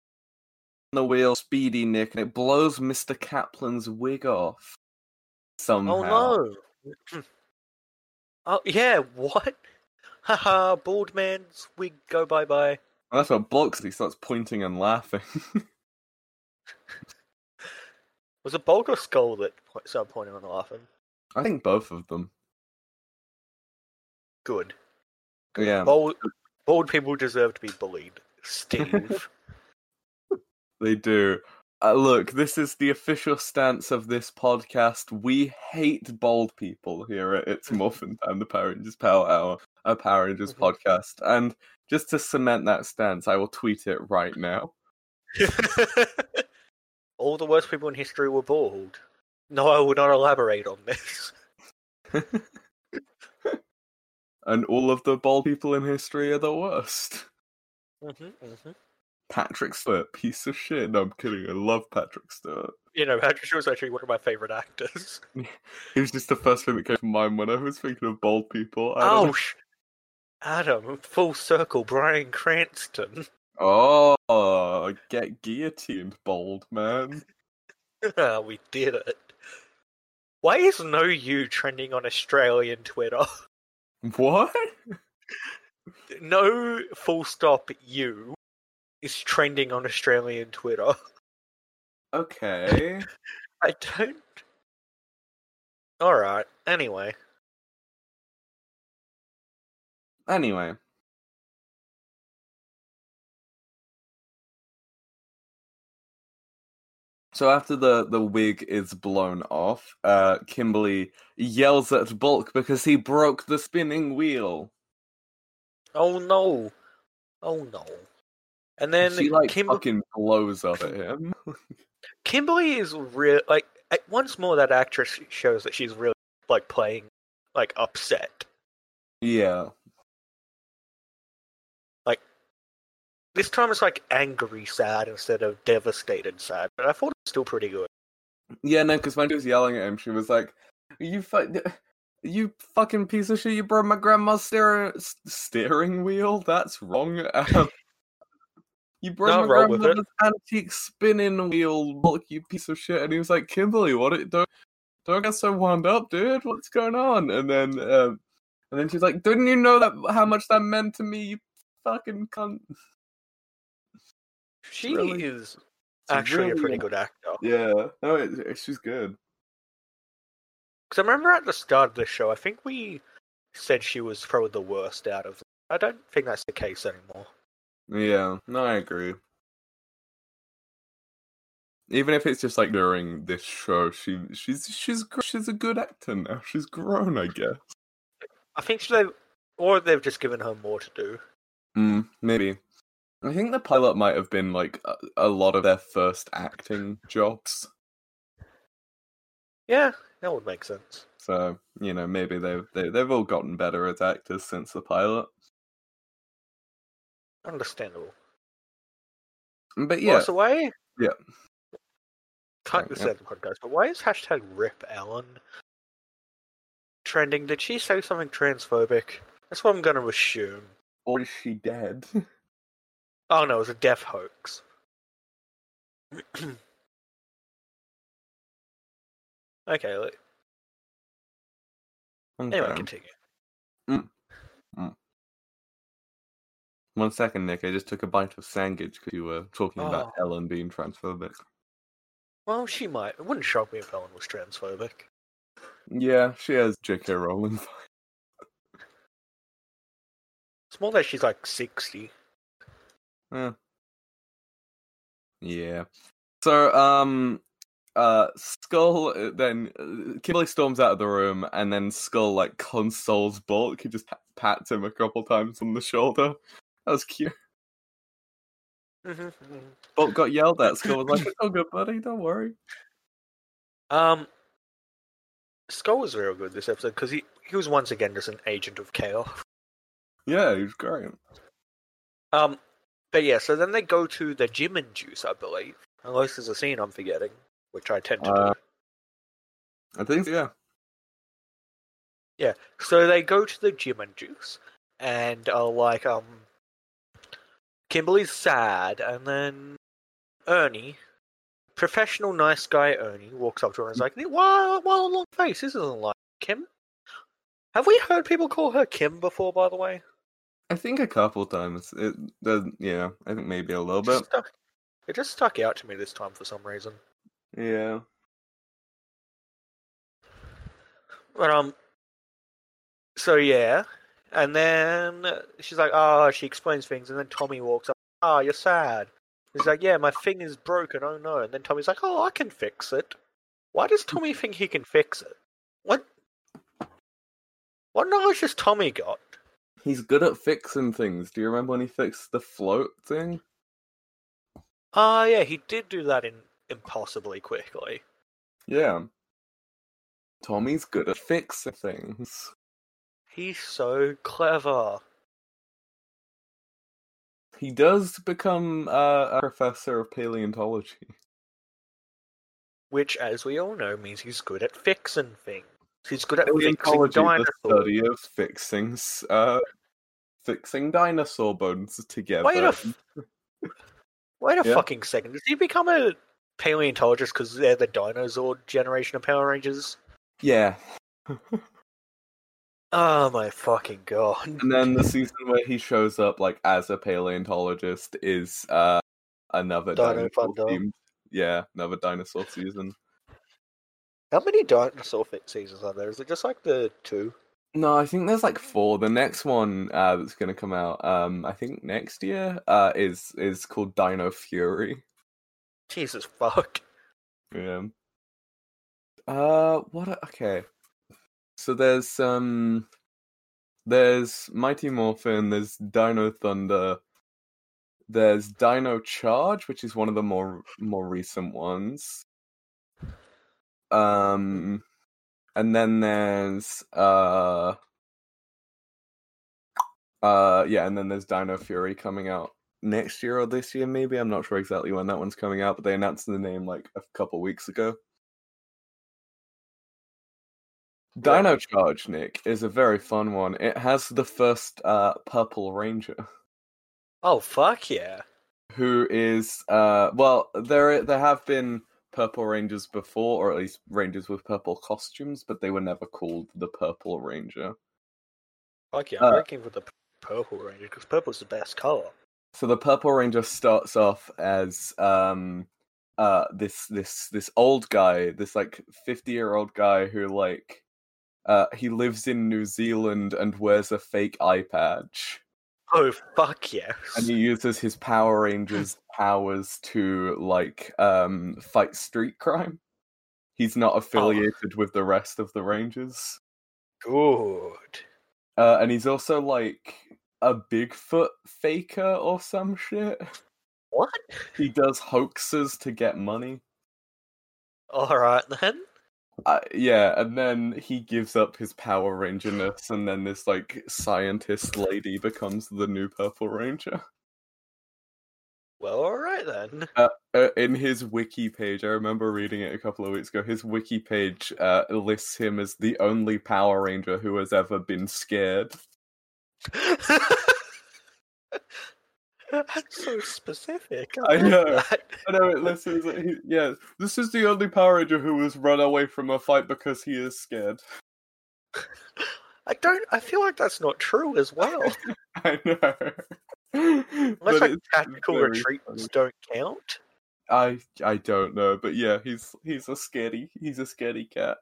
[SPEAKER 1] the wheel, Speedy Nick, and it blows Mr. Kaplan's wig off. Somehow.
[SPEAKER 2] Oh no! [laughs] oh yeah, what? [laughs] Haha, bald man's wig go bye bye.
[SPEAKER 1] And that's what blocks. He starts pointing and laughing. [laughs]
[SPEAKER 2] Was it Bulk or Skull that po- started pointing and laughing?
[SPEAKER 1] I think both of them.
[SPEAKER 2] Good.
[SPEAKER 1] Yeah,
[SPEAKER 2] Bald, bald people deserve to be bullied. [laughs] Steve.
[SPEAKER 1] they do. Uh, look, this is the official stance of this podcast. We hate bald people here at It's Muffin Time, the Power Rangers Power Hour, a Power Rangers
[SPEAKER 2] Mhm.
[SPEAKER 1] podcast. And just to cement that stance, I will tweet it right now.
[SPEAKER 2] All the worst people in history were bald. No, I will not elaborate on this.
[SPEAKER 1] And all of the bald people in history are the worst.
[SPEAKER 2] hmm hmm
[SPEAKER 1] Patrick Stewart, piece of shit. No, I'm kidding. I love Patrick Stewart.
[SPEAKER 2] You know, Patrick Stewart was actually one of my favorite actors.
[SPEAKER 1] He was just the first thing that came to mind when I was thinking of bald people. I
[SPEAKER 2] [laughs]
[SPEAKER 1] don't
[SPEAKER 2] Oh, sh- Adam, full circle, Brian Cranston. [laughs]
[SPEAKER 1] know. oh, get guillotined, bald man.
[SPEAKER 2] Ah, we did it. Why is no you trending on Australian Twitter?
[SPEAKER 1] What?
[SPEAKER 2] No full stop you is trending on Australian Twitter. [laughs]
[SPEAKER 1] Okay.
[SPEAKER 2] I don't. Alright, anyway.
[SPEAKER 1] Anyway, so after the the wig is blown off, uh, Kimberly yells at Bulk because he broke the spinning wheel.
[SPEAKER 2] Oh no. Oh no. And then
[SPEAKER 1] she like
[SPEAKER 2] Kim-
[SPEAKER 1] fucking blows up at him.
[SPEAKER 2] Kimberly is real. Like, I- once more, that actress shows that she's really, like, playing, like, upset.
[SPEAKER 1] yeah,
[SPEAKER 2] This time it's, like, angry sad instead of devastated sad, but I thought it was still pretty good.
[SPEAKER 1] yeah, no, because when she was yelling at him, she was like, "You fuck." You fucking piece of shit! You broke my grandma's steer- s- steering wheel. That's wrong. [laughs] Um, you broke
[SPEAKER 2] No,
[SPEAKER 1] my
[SPEAKER 2] roll with it.
[SPEAKER 1] grandmother's antique spinning wheel, Bulk, you piece of shit. And he was like, Kimberly, what? It, don't don't get so wound up, dude. What's going on? And then um, and then she's like, didn't you know that how much that meant to me? You fucking cunt.
[SPEAKER 2] She
[SPEAKER 1] really-
[SPEAKER 2] is
[SPEAKER 1] It's
[SPEAKER 2] actually a
[SPEAKER 1] really-
[SPEAKER 2] pretty good actor.
[SPEAKER 1] [laughs] Yeah. No, it, it- she's good.
[SPEAKER 2] Because I remember at the start of the show, I think we said she was probably the worst out of. I don't think that's the case anymore.
[SPEAKER 1] Yeah, no, I agree. Even if it's just like during this show, she she's she's gr- she's a good actor now. She's grown, I guess.
[SPEAKER 2] I think she, or they've just given her more to do.
[SPEAKER 1] Mm, maybe. I think the pilot might have been like a, a lot of their first acting jobs.
[SPEAKER 2] Yeah, that would make sense.
[SPEAKER 1] So you know, maybe they've they, they've all gotten better as actors since the pilot.
[SPEAKER 2] Understandable.
[SPEAKER 1] But
[SPEAKER 2] Yeah.
[SPEAKER 1] yeah,
[SPEAKER 2] Also, why?
[SPEAKER 1] Yeah.
[SPEAKER 2] Cut this
[SPEAKER 1] Yeah.
[SPEAKER 2] out of the podcast, but why is hashtag Rip Ellen trending? Did she say something transphobic? That's what I'm going to assume.
[SPEAKER 1] or is she dead? [laughs]
[SPEAKER 2] Oh no, it was a deaf hoax. [clears throat] okay, let, anyway,
[SPEAKER 1] Okay.
[SPEAKER 2] continue.
[SPEAKER 1] One second, Nick. I just took a bite of sandwich because you were talking about
[SPEAKER 2] Oh.
[SPEAKER 1] Ellen being transphobic.
[SPEAKER 2] Well, she might. It wouldn't shock me if Ellen was transphobic.
[SPEAKER 1] Yeah, she has J.K. Rowling.
[SPEAKER 2] It's more that she's like 60.
[SPEAKER 1] yeah. So, um, uh, Skull uh, then uh, Kimberly storms out of the room, and then Skull like consoles Bulk. He just pat- pats him a couple times on the shoulder. That was cute.
[SPEAKER 2] Mhm, mhm.
[SPEAKER 1] Bulk got yelled at. Skull was like, "It's all good, buddy. Don't worry."
[SPEAKER 2] Um, Skull was real good this episode because he, he was once again just an agent of chaos.
[SPEAKER 1] Yeah, he was great.
[SPEAKER 2] Um, but yeah, so then they go to the gym and juice, I believe. Unless there's a scene I'm forgetting, which I tend to
[SPEAKER 1] Uh.
[SPEAKER 2] do.
[SPEAKER 1] I think, yeah.
[SPEAKER 2] So they go to the gym and juice, and I'll like um Kimberly's sad and then Ernie professional nice guy Ernie walks up to her and is like, Why why a long face? This isn't like Kim. Have we heard people call her Kim before, by the way?
[SPEAKER 1] I think a couple times. It does. Yeah, I think maybe a little
[SPEAKER 2] It just
[SPEAKER 1] bit.
[SPEAKER 2] stuck- it just stuck out to me this time for some reason.
[SPEAKER 1] Yeah.
[SPEAKER 2] But um, so yeah, and then she's like, "Oh," she explains things, and then Tommy walks up. "Ah, you're sad." He's like, "Yeah, my thing is broken. Oh no!" And then Tommy's like, "Oh, I can fix it." Why does Tommy think he can fix it? What? What knowledge has Tommy got?
[SPEAKER 1] He's good at fixing things. Do you remember when he fixed the float thing?
[SPEAKER 2] Ah, yeah, he did do that in impossibly quickly.
[SPEAKER 1] Yeah. Tommy's good at fixing things.
[SPEAKER 2] He's so clever.
[SPEAKER 1] He does become uh, a professor of paleontology.
[SPEAKER 2] Which, as we all know, means he's good at fixing things. He's good at fixing
[SPEAKER 1] Paleontology,
[SPEAKER 2] dinosaurs.
[SPEAKER 1] the study of fixing, s- uh, fixing dinosaur bones together.
[SPEAKER 2] Wait a, f- wait a
[SPEAKER 1] Yeah.
[SPEAKER 2] fucking second. Does he become a paleontologist because they're the dinosaur generation of Power Rangers?
[SPEAKER 1] yeah.
[SPEAKER 2] Oh my fucking god.
[SPEAKER 1] And [laughs] then the season where he shows up like as a paleontologist is uh another
[SPEAKER 2] Dino
[SPEAKER 1] dinosaur
[SPEAKER 2] Thunder.
[SPEAKER 1] themed. Yeah, another dinosaur season.
[SPEAKER 2] How many dinosaur fit seasons are there? Is it just like the two?
[SPEAKER 1] No, I think there's like four. The next one uh, that's going to come out, um, I think next year, uh, is is called Dino Fury.
[SPEAKER 2] Jesus fuck.
[SPEAKER 1] Yeah. Uh, what? A, okay. So there's um, there's Mighty Morphin. There's Dino Thunder. There's Dino Charge, which is one of the more more recent ones. Um, and then there's uh, uh, yeah, and then there's Dino Fury coming out next year or this year, maybe. I'm not sure exactly when that one's coming out, but they announced the name like a couple weeks ago.
[SPEAKER 2] Right.
[SPEAKER 1] Dino Charge, Nick, is a very fun one. It has the first uh, Purple Ranger,
[SPEAKER 2] Oh fuck yeah.
[SPEAKER 1] who is uh, well, there there have been Purple Rangers before, or at least Rangers with purple costumes, but they were never called the Purple Ranger.
[SPEAKER 2] Fuck yeah, I'm
[SPEAKER 1] Uh,
[SPEAKER 2] working with the p- purple ranger because purple's the best color.
[SPEAKER 1] So the Purple Ranger starts off as um uh this this this old guy, this like fifty year old guy who like uh he lives in New Zealand and wears a fake eye patch.
[SPEAKER 2] Oh fuck yeah.
[SPEAKER 1] And he uses his Power Rangers powers to like um fight street crime. He's not affiliated with the rest of the Rangers.
[SPEAKER 2] Good.
[SPEAKER 1] Uh and he's also like a Bigfoot faker or some shit.
[SPEAKER 2] What?
[SPEAKER 1] He does hoaxes to get money.
[SPEAKER 2] Alright then.
[SPEAKER 1] Uh, yeah, and then he gives up his Power Rangerness, and then this like scientist lady becomes the new Purple Ranger.
[SPEAKER 2] Well, alright then.
[SPEAKER 1] Uh, in his wiki page, I remember reading it a couple of weeks ago. His wiki page uh, lists him as the only Power Ranger who has ever been scared.
[SPEAKER 2] That's so specific.
[SPEAKER 1] I
[SPEAKER 2] love
[SPEAKER 1] know.
[SPEAKER 2] that.
[SPEAKER 1] I know it lists as he, yeah, this is the only Power Ranger who has run away from a fight because he is scared. [laughs]
[SPEAKER 2] I don't. I feel like that's not true as
[SPEAKER 1] [laughs]
[SPEAKER 2] well.
[SPEAKER 1] I know. But
[SPEAKER 2] Unless like
[SPEAKER 1] it's
[SPEAKER 2] tactical
[SPEAKER 1] very
[SPEAKER 2] retreats
[SPEAKER 1] funny.
[SPEAKER 2] don't count.
[SPEAKER 1] I I don't know, but yeah, he's he's a scaredy he's a scaredy cat.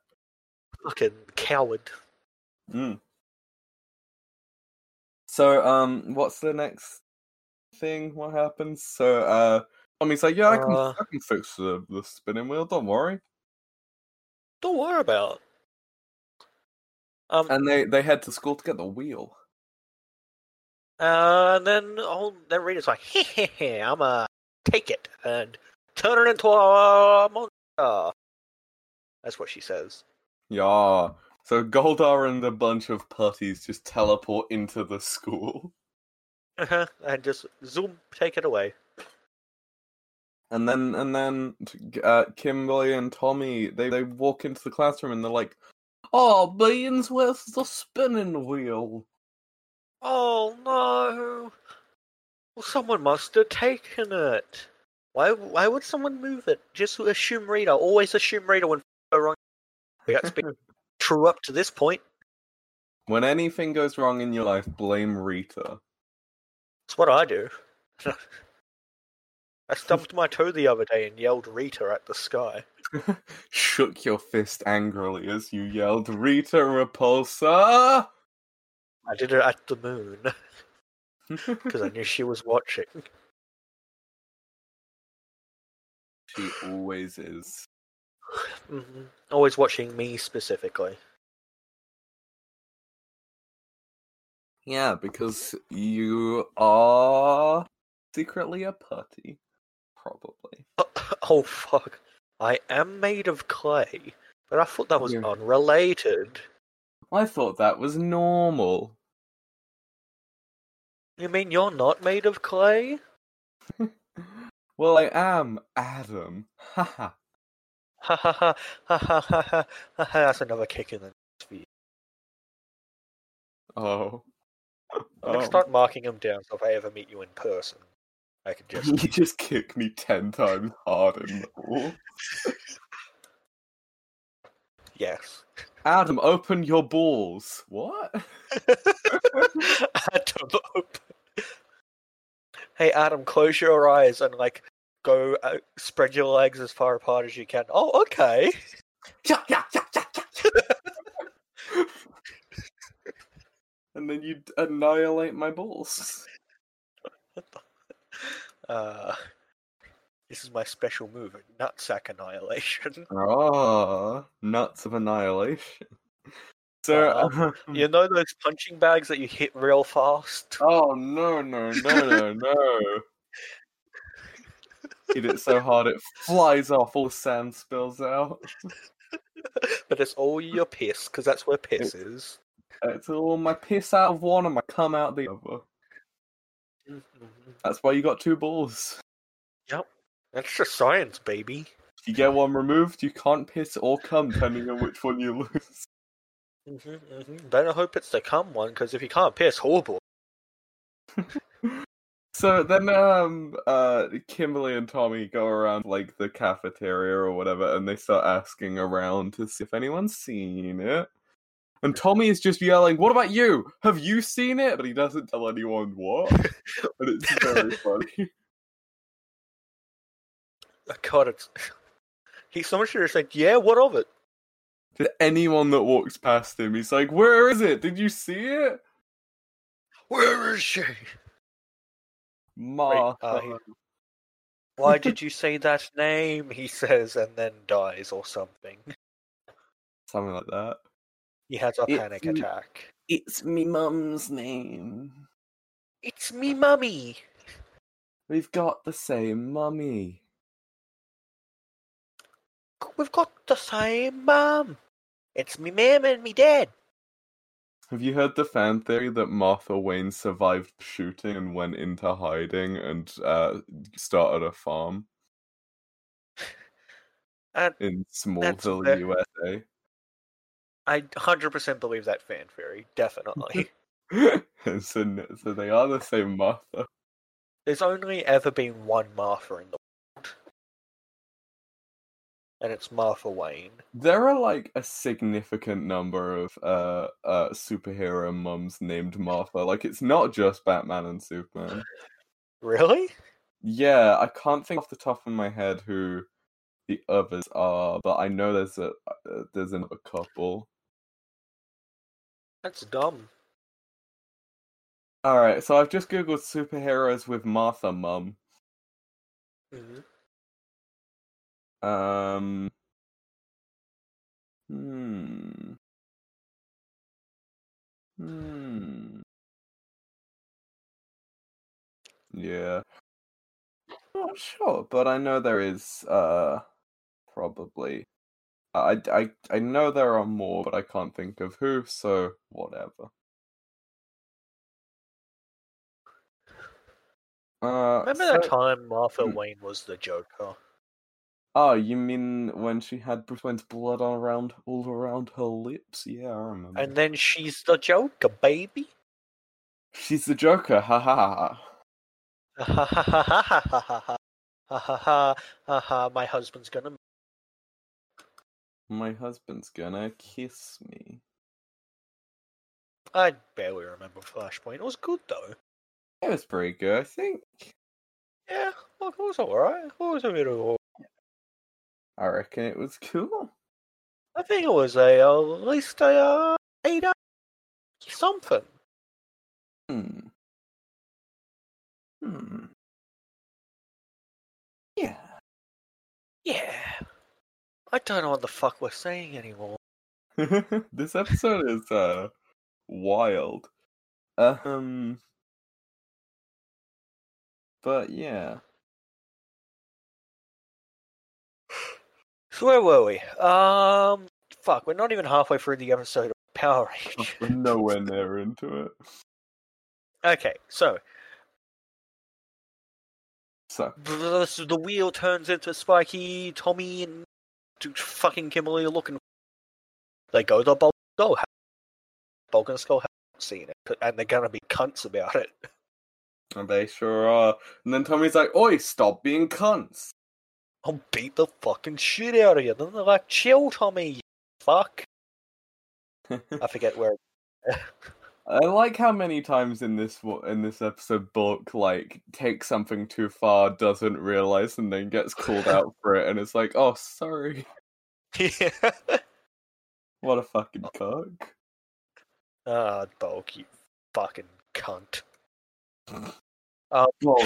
[SPEAKER 2] Fucking coward.
[SPEAKER 1] Mm. So um, what's the next thing? What happens? So uh, Tommy's like, yeah, I can
[SPEAKER 2] Uh.
[SPEAKER 1] I can fix the the spinning wheel. Don't worry.
[SPEAKER 2] Don't worry about. it. Um. And,
[SPEAKER 1] And they they head to school to get the wheel.
[SPEAKER 2] uh, and then oh, then Rita's like, "Heh heh heh, I'ma take it and turn it into a monster." That's what she says. [laughs]
[SPEAKER 1] Yeah. So Goldar and a bunch of putties just teleport into the school,
[SPEAKER 2] Uh-huh. And just zoom, take it away.
[SPEAKER 1] and then and then uh, Kimberly and Tommy they they walk into the classroom and they're like, "Oh, beans, where's the spinning wheel?"
[SPEAKER 2] Oh no! Well, someone must have taken it. Why? Why would someone move it? Just assume reader. Always assume reader when [laughs] go wrong. That's been true up to this point.
[SPEAKER 1] When anything goes wrong in your life, blame Rita.
[SPEAKER 2] It's what I do. [laughs] I stubbed my toe the other day and yelled Rita at the sky.
[SPEAKER 1] Shook your fist angrily as you yelled, Rita Repulsa! [laughs]
[SPEAKER 2] I did it at the moon [laughs] because I knew she was watching.
[SPEAKER 1] she always is.
[SPEAKER 2] Mhm. Always watching me specifically. [laughs]
[SPEAKER 1] Yeah, because you are secretly a putty. Probably.
[SPEAKER 2] Oh fuck! I am made of clay, but I thought that was
[SPEAKER 1] Yeah.
[SPEAKER 2] unrelated.
[SPEAKER 1] I thought that was normal.
[SPEAKER 2] You mean you're not made of clay? [laughs]
[SPEAKER 1] Well, I am Adam. Haha.
[SPEAKER 2] Ha ha ha ha ha ha ha! ha, ha. That's another kick in the
[SPEAKER 1] oh.
[SPEAKER 2] Next,
[SPEAKER 1] Um, [laughs]
[SPEAKER 2] start marking them down so if I ever meet you in person, I can just.
[SPEAKER 1] you [laughs] just kick me ten times harder. than the wall.
[SPEAKER 2] yes. [laughs]
[SPEAKER 1] Adam, open your balls. What?
[SPEAKER 2] Adam, open. Hey, Adam, close your eyes and, like, go uh, spread your legs as far apart as you can. Oh, okay.
[SPEAKER 1] Yeah, yeah, yeah, yeah, yeah. [laughs] and then you annihilate my balls.
[SPEAKER 2] Uh, this is my special move, nutsack annihilation.
[SPEAKER 1] Ah, nuts of annihilation. So,
[SPEAKER 2] Wow.
[SPEAKER 1] um,
[SPEAKER 2] you know those punching bags that you hit real fast?
[SPEAKER 1] oh no, no, no, no, no! [laughs] Hit it so hard it flies off. All the sand spills out.
[SPEAKER 2] But it's all your piss, because that's where piss is.
[SPEAKER 1] It's all my piss out of one and my cum out the other. That's why you got two balls.
[SPEAKER 2] That's just science, baby.
[SPEAKER 1] If you get one removed, you can't piss or cum, depending on which one you lose.
[SPEAKER 2] Mm-hmm, mm-hmm. Better hope it's the cum one, because if you can't piss, horrible.
[SPEAKER 1] So then, um, uh, Kimberly and Tommy go around like the cafeteria or whatever, and they start asking around to see if anyone's seen it. And Tommy is just yelling, "What about you? Have you seen it?" But he doesn't tell anyone [laughs] what, and it's very funny.
[SPEAKER 2] Oh, God, it's. [laughs] He someone should have said, "Yeah, what of it?"
[SPEAKER 1] to anyone that walks past him, he's like, "Where is it? Did you see it?"
[SPEAKER 2] Where is she?
[SPEAKER 1] Martha.
[SPEAKER 2] uh, he- [laughs] Why did you say that name? He says, and then dies or something.
[SPEAKER 1] Something like that.
[SPEAKER 2] He has a
[SPEAKER 1] It's
[SPEAKER 2] panic
[SPEAKER 1] m-
[SPEAKER 2] attack.
[SPEAKER 1] It's me mum's name.
[SPEAKER 2] It's me, mummy.
[SPEAKER 1] We've got the same mummy.
[SPEAKER 2] We've got the same mum. It's me, mum, and me dad.
[SPEAKER 1] Have you heard the fan theory that Martha Wayne survived shooting and went into hiding and uh, started a farm
[SPEAKER 2] And
[SPEAKER 1] in
[SPEAKER 2] That's
[SPEAKER 1] Smallville,
[SPEAKER 2] fair.
[SPEAKER 1] USA?
[SPEAKER 2] I hundred percent believe that fan theory. Definitely.
[SPEAKER 1] And [laughs] so, n- so they are the same Martha.
[SPEAKER 2] There's only ever been one Martha in the world, and it's Martha Wayne.
[SPEAKER 1] There are like a significant number of uh, uh, superhero mums named Martha. Like it's not just Batman and Superman.
[SPEAKER 2] Really?
[SPEAKER 1] Yeah, I can't think off the top of my head who the others are, but I know there's a uh, there's another couple.
[SPEAKER 2] That's dumb.
[SPEAKER 1] All right, so I've just googled superheroes with Martha Mum.
[SPEAKER 2] Mhm.
[SPEAKER 1] Um, hmm, hmm, yeah. Not sure, but I know there is. Uh, probably. I I I know there are more, but I can't think of who. So whatever. Uh,
[SPEAKER 2] Remember
[SPEAKER 1] so-
[SPEAKER 2] that time Martha
[SPEAKER 1] Hmm.
[SPEAKER 2] Wayne was the Joker?
[SPEAKER 1] Oh, you mean when she had Bruce Wayne's blood on around all Hmm. around her lips? Yeah, I remember.
[SPEAKER 2] And then she's the Joker, baby.
[SPEAKER 1] She's the Joker. Ha ha ha, ha.
[SPEAKER 2] ha ha ha ha ha ha ha ha ha ha ha ha. My husband's gonna.
[SPEAKER 1] My husband's gonna kiss me.
[SPEAKER 2] I barely remember Flashpoint. It was good though.
[SPEAKER 1] That was pretty good, I think.
[SPEAKER 2] Yeah, well, it was alright. It was a bit of. a-
[SPEAKER 1] I reckon it was cool.
[SPEAKER 2] I think it was a uh, at least a uh, eight out something.
[SPEAKER 1] Hmm. Hmm. Yeah. [laughs]
[SPEAKER 2] Yeah. I don't know what the fuck we're saying anymore.
[SPEAKER 1] this episode is uh wild. Um But yeah.
[SPEAKER 2] So where were we? Um, fuck, we're not even halfway through the episode of Power Rangers.
[SPEAKER 1] We're nowhere near into it.
[SPEAKER 2] okay, so
[SPEAKER 1] So
[SPEAKER 2] the, the wheel turns into Spiky, Tommy, and dude, fucking Kimberly are looking. They go to Bulk and Skull. House. Bulk and Skull haven't seen it, and they're gonna be cunts about it.
[SPEAKER 1] and they sure are. And then Tommy's like, Oi, stop being cunts.
[SPEAKER 2] I'll beat the fucking shit out of you. Then they're like, "Chill, Tommy, you fuck." I forget where. [laughs]
[SPEAKER 1] I like how many times in this wa- in this episode, Bulk like takes something too far, doesn't realize, and then gets called out for it, and it's like, oh, sorry,
[SPEAKER 2] yeah.
[SPEAKER 1] what a fucking cock.
[SPEAKER 2] Ah, Bulk, you fucking cunt. Um,
[SPEAKER 1] Bulk,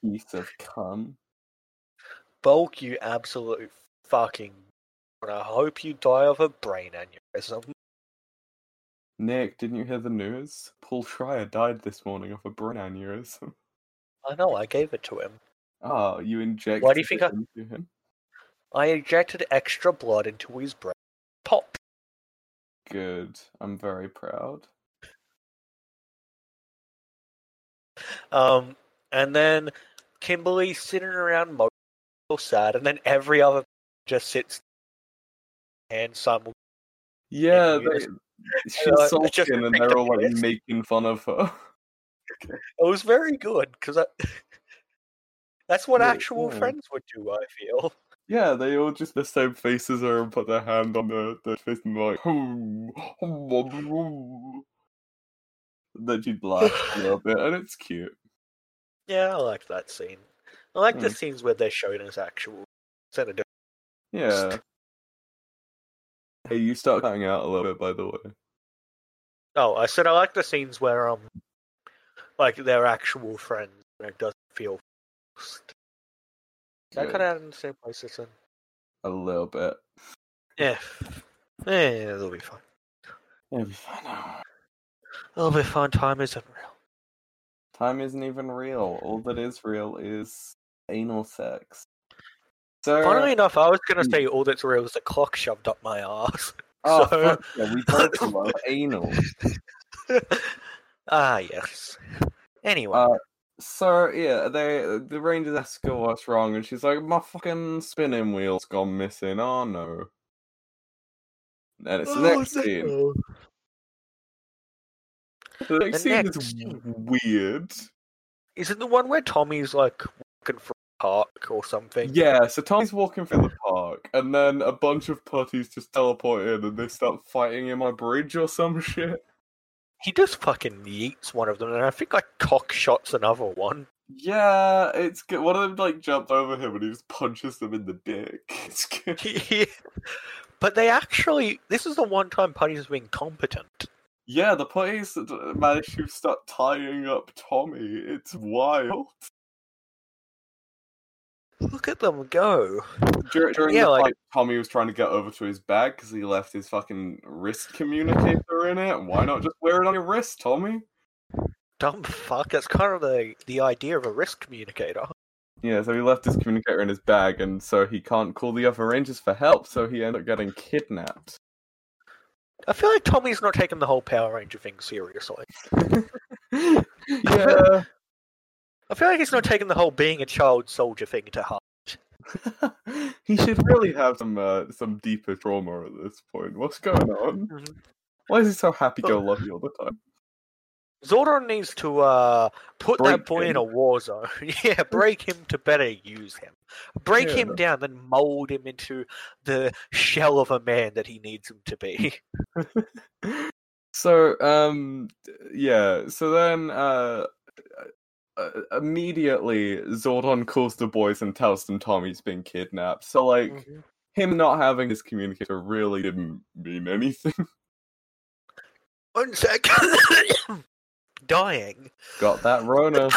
[SPEAKER 1] you piece of cum.
[SPEAKER 2] Bulk, you absolute fucking. And I hope you die of a brain aneurysm.
[SPEAKER 1] Nick, didn't you hear the news? Paul Schreier died this morning of a brain aneurysm.
[SPEAKER 2] I know, I gave it to him.
[SPEAKER 1] Oh, you injected
[SPEAKER 2] Why do you think
[SPEAKER 1] it
[SPEAKER 2] I-
[SPEAKER 1] into him?
[SPEAKER 2] I injected extra blood into his brain. Pop.
[SPEAKER 1] Good. I'm very proud.
[SPEAKER 2] Um, and then Kimberly sitting around, mo- so sad, and then every other just sits and some.
[SPEAKER 1] Yeah,
[SPEAKER 2] you
[SPEAKER 1] they, [laughs]
[SPEAKER 2] just-
[SPEAKER 1] she's
[SPEAKER 2] I
[SPEAKER 1] sulking,
[SPEAKER 2] just
[SPEAKER 1] and
[SPEAKER 2] picked
[SPEAKER 1] they're
[SPEAKER 2] up
[SPEAKER 1] all like
[SPEAKER 2] this.
[SPEAKER 1] making fun of her. [laughs]
[SPEAKER 2] It was very good because I. [laughs] That's what
[SPEAKER 1] Yeah,
[SPEAKER 2] actual
[SPEAKER 1] yeah.
[SPEAKER 2] friends would do. I feel.
[SPEAKER 1] Yeah, they all just the same faces her and put their hand on the, the face and like, then she'd laugh [laughs] a little bit, and it's cute.
[SPEAKER 2] Yeah, I liked that scene. I like the
[SPEAKER 1] Mm.
[SPEAKER 2] scenes where they're showing us actual instead of
[SPEAKER 1] Yeah. Hey, you start cutting out a little bit, by the way.
[SPEAKER 2] Oh, I said I like the scenes where um, like they're actual friends and it doesn't feel forced. That
[SPEAKER 1] Good.
[SPEAKER 2] kind of in the same place it's in.
[SPEAKER 1] A little bit.
[SPEAKER 2] Yeah, yeah, it'll be fine.
[SPEAKER 1] It'll be fine now.
[SPEAKER 2] It'll be fine. Time isn't real.
[SPEAKER 1] [sighs] Time isn't even real. All that is real is anal sex. So,
[SPEAKER 2] Funnily enough, I was gonna
[SPEAKER 1] Hmm.
[SPEAKER 2] say all that's real is the clock shoved up my ass.
[SPEAKER 1] oh,
[SPEAKER 2] so-
[SPEAKER 1] fuck yeah, [laughs] we both love anal.
[SPEAKER 2] [laughs] ah, yes. Anyway,
[SPEAKER 1] Uh, So yeah, they the Rangers ask her what's wrong, and she's like, "My fucking spinning wheel's gone missing." Oh no! Then
[SPEAKER 2] Oh,
[SPEAKER 1] it's the next scene. The
[SPEAKER 2] The
[SPEAKER 1] next scene
[SPEAKER 2] next
[SPEAKER 1] is
[SPEAKER 2] scene.
[SPEAKER 1] weird.
[SPEAKER 2] Is it the one where Tommy's like walking from a park or something?
[SPEAKER 1] Yeah, so Tommy's walking through the park, and then a bunch of putties just teleport in, and they start fighting him on a bridge or some [laughs] shit.
[SPEAKER 2] He just fucking yeets one of them, and I think like cock shots another one. [laughs]
[SPEAKER 1] Yeah, it's good. One of them like jumps over him, and he just punches them in the dick. [laughs] It's good.
[SPEAKER 2] but they actually, this is the one time Putty's has been competent.
[SPEAKER 1] Yeah, the police d- managed to start tying up Tommy. It's wild.
[SPEAKER 2] Look at them go.
[SPEAKER 1] Dur- during
[SPEAKER 2] Yeah,
[SPEAKER 1] the
[SPEAKER 2] like-
[SPEAKER 1] fight, Tommy was trying to get over to his bag because he left his fucking wrist communicator in it. Why not just wear it on your wrist, Tommy?
[SPEAKER 2] Dumb fuck. That's kind of the, the idea of a risk communicator.
[SPEAKER 1] Yeah, so he left his communicator in his bag, and so he can't call the other rangers for help. So he ended up getting
[SPEAKER 2] [laughs]
[SPEAKER 1] kidnapped.
[SPEAKER 2] I feel like Tommy's not taking the whole Power Ranger thing seriously.
[SPEAKER 1] yeah,
[SPEAKER 2] I feel like he's not taking the whole being a child soldier thing to heart.
[SPEAKER 1] [laughs] he should really have some uh, some deeper trauma at this point. What's going on?
[SPEAKER 2] Mhm.
[SPEAKER 1] Why is he so happy-go-lucky all the time?
[SPEAKER 2] Zordon needs to uh, put
[SPEAKER 1] Break
[SPEAKER 2] that boy in
[SPEAKER 1] him.
[SPEAKER 2] a war zone. [laughs] yeah, break him to better use him. Break
[SPEAKER 1] Yeah.
[SPEAKER 2] him down, then mold him into the shell of a man that he needs him to be.
[SPEAKER 1] so um yeah so then uh uh, immediately zordon calls the boys and tells them tommy's been kidnapped so like
[SPEAKER 2] Mm.
[SPEAKER 1] him not having his communicator really didn't mean anything
[SPEAKER 2] [laughs]
[SPEAKER 1] [laughs]
[SPEAKER 2] One sec. [coughs] Dying.
[SPEAKER 1] got that rona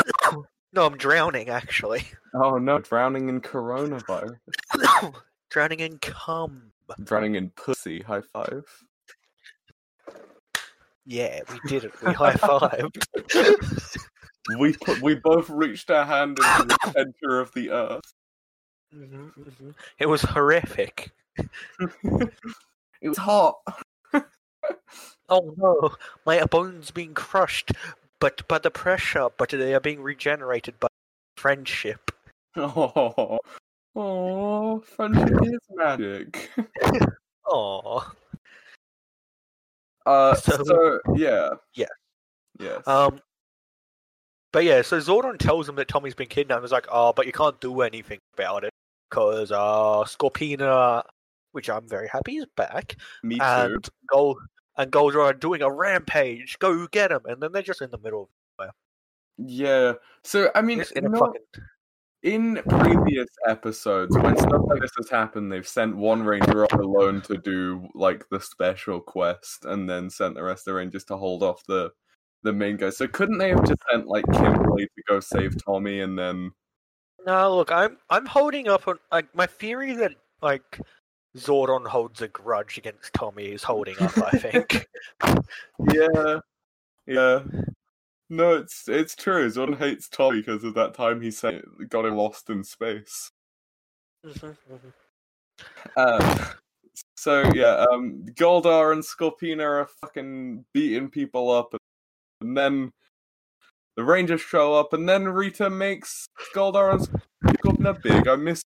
[SPEAKER 2] No, I'm drowning, actually. [coughs]
[SPEAKER 1] oh no drowning in coronavirus
[SPEAKER 2] drowning in cum.
[SPEAKER 1] drowning in pussy high five
[SPEAKER 2] Yeah, we did it. We high fived.
[SPEAKER 1] [laughs] we put, we both reached our hand into the center of the earth Mm-hmm,
[SPEAKER 2] It was horrific.
[SPEAKER 1] it was hot [laughs]
[SPEAKER 2] Oh no, my bones being crushed, but by the pressure, but they are being regenerated by friendship.
[SPEAKER 1] oh oh friendship is magic [laughs]
[SPEAKER 2] Aww.
[SPEAKER 1] Uh, so,
[SPEAKER 2] So-
[SPEAKER 1] yeah,
[SPEAKER 2] Yeah.
[SPEAKER 1] yes.
[SPEAKER 2] Um. But yeah, so Zordon tells him that Tommy's been kidnapped. He's like, "Oh, but you can't do anything about it because uh, Scorpina, which I'm very happy is back,
[SPEAKER 1] Me too.
[SPEAKER 2] and Gold and Goldra are doing a rampage. Go get him!" And then they're just in the middle. of
[SPEAKER 1] yeah. So I mean,
[SPEAKER 2] this in a
[SPEAKER 1] not-
[SPEAKER 2] fucking
[SPEAKER 1] in previous episodes, when stuff like this has happened, they've sent one ranger up alone to do like the special quest, and then sent the rest of the rangers to hold off the the main guy. So couldn't they have just sent like Kimberly to go save Tommy, and then
[SPEAKER 2] No, look, I'm I'm holding up on like my theory that like Zordon holds a grudge against Tommy is holding up. I think.
[SPEAKER 1] yeah, yeah. No, it's it's true. Zordon hates Tommy because of that time he sent, got him lost in space.
[SPEAKER 2] Mm-hmm,
[SPEAKER 1] Uh, so yeah, um, Goldar and Scorpina are fucking beating people up, and then the Rangers show up, and then Rita makes Goldar and Scorpina big. I miss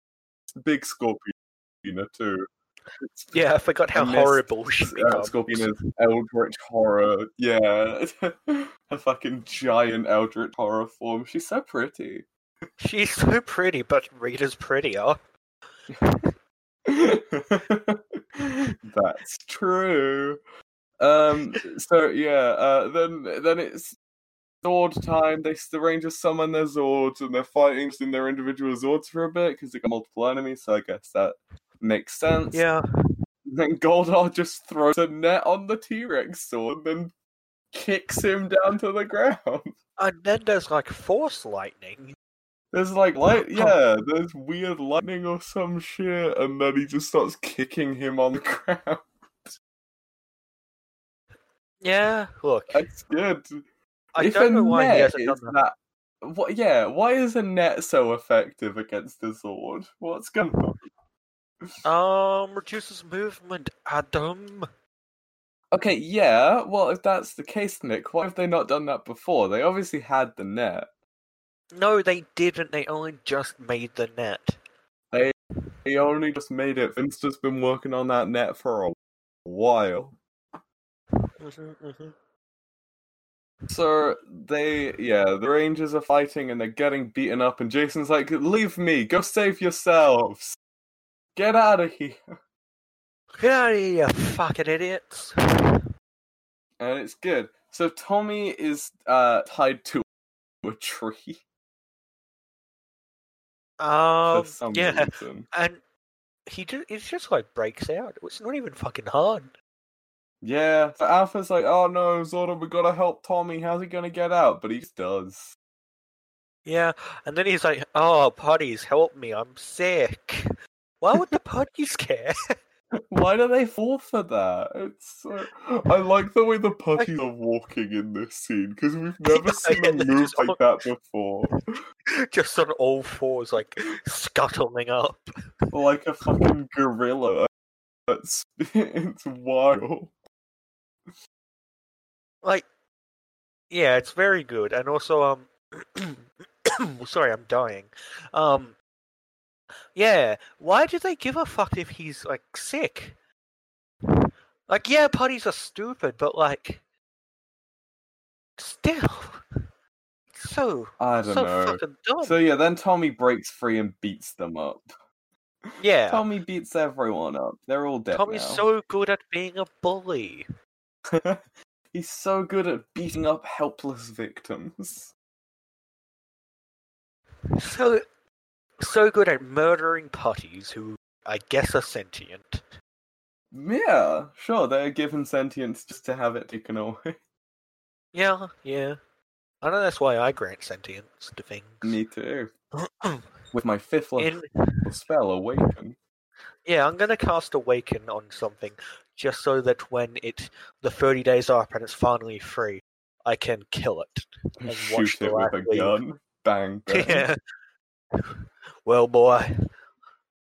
[SPEAKER 1] Big Scorpina too. It's-
[SPEAKER 2] yeah, I forgot how
[SPEAKER 1] I missed,
[SPEAKER 2] horrible she
[SPEAKER 1] Uh,
[SPEAKER 2] becomes.
[SPEAKER 1] Scorpina's Eldritch horror, yeah, [laughs] a fucking giant Eldritch horror form. She's so pretty.
[SPEAKER 2] She's so pretty, but Rita's prettier.
[SPEAKER 1] [laughs] That's true. Um. So yeah. Uh. Then then it's Zord time. They the Rangers summon their Zords and they're fighting in their individual Zords for a bit because they got multiple enemies. So I guess that makes sense.
[SPEAKER 2] Yeah,
[SPEAKER 1] Then Goldar just throws a net on the T Rex sword and then kicks him down to the ground. [laughs]
[SPEAKER 2] and Uh, then there's like force lightning.
[SPEAKER 1] There's like light, yeah. There's weird lightning or some shit, and then he just starts kicking him on the [laughs] ground.
[SPEAKER 2] Yeah, look, I,
[SPEAKER 1] That's good. Uh, if
[SPEAKER 2] don't
[SPEAKER 1] a
[SPEAKER 2] know why
[SPEAKER 1] net
[SPEAKER 2] he hasn't
[SPEAKER 1] is
[SPEAKER 2] done that.
[SPEAKER 1] that. What? Yeah. Why is a net so effective against a sword? What's going on?
[SPEAKER 2] Um, reduces movement, Adam.
[SPEAKER 1] Okay. Yeah. Well, if that's the case, Nick, why have they not done that before? They obviously had the net.
[SPEAKER 2] No, they didn't. They only just made the net.
[SPEAKER 1] He only just made it. Finster's been working on that net for a while.
[SPEAKER 2] Mhm, mhm.
[SPEAKER 1] So they, yeah, the Rangers are fighting and they're getting beaten up. And Jason's like, "Leave me. Go save yourselves. Get out of here."
[SPEAKER 2] Get out of here, you fucking idiots.
[SPEAKER 1] and it's good. So Tommy is uh, tied to a tree [laughs]
[SPEAKER 2] Um,
[SPEAKER 1] for some
[SPEAKER 2] yeah,
[SPEAKER 1] reason.
[SPEAKER 2] and he just, it just like breaks out. It's not even fucking hard.
[SPEAKER 1] Yeah, so Alpha's like, "Oh no, Zordon, we gotta help Tommy. How's he gonna get out?" But he just does. [laughs]
[SPEAKER 2] Yeah, and then he's like, "Oh, putties, help me! I'm sick." Why would the putties care? [laughs]
[SPEAKER 1] Why do they fall for that? It's uh, I like the way the putties are walking in this scene because we've never seen
[SPEAKER 2] [laughs] Yeah,
[SPEAKER 1] them
[SPEAKER 2] they're
[SPEAKER 1] move
[SPEAKER 2] just
[SPEAKER 1] like
[SPEAKER 2] all-
[SPEAKER 1] that before,
[SPEAKER 2] just on all fours, like scuttling up.
[SPEAKER 1] like a fucking gorilla. That's it's [laughs] wild.
[SPEAKER 2] Like, yeah, it's very good. And also, um, [coughs] sorry, I'm dying. Um, yeah, why do they give a fuck if he's like sick? Like, yeah, putties are stupid, but like, Still, [laughs] so
[SPEAKER 1] I don't
[SPEAKER 2] so
[SPEAKER 1] know.
[SPEAKER 2] fucking dumb.
[SPEAKER 1] So yeah, then Tommy breaks free and beats them up.
[SPEAKER 2] yeah,
[SPEAKER 1] Tommy beats everyone up. They're all dead.
[SPEAKER 2] Tommy's
[SPEAKER 1] now.
[SPEAKER 2] so good at being a bully.
[SPEAKER 1] He's so good at beating up helpless victims.
[SPEAKER 2] So so good at murdering putties who I guess are sentient.
[SPEAKER 1] Yeah, sure, they're given sentience just to have it taken away. [laughs]
[SPEAKER 2] Yeah, yeah. I know that's why I grant sentience to things.
[SPEAKER 1] Me
[SPEAKER 2] [clears throat]
[SPEAKER 1] too. With my fifth level
[SPEAKER 2] In-
[SPEAKER 1] spell, Awaken.
[SPEAKER 2] yeah, I'm gonna cast Awaken on something just so that when it the thirty days are up and it's finally free, I can kill it. And watch
[SPEAKER 1] Shoot
[SPEAKER 2] the
[SPEAKER 1] it with a
[SPEAKER 2] last leaf.
[SPEAKER 1] gun. Bang, bang.
[SPEAKER 2] [laughs] Yeah. Well, boy,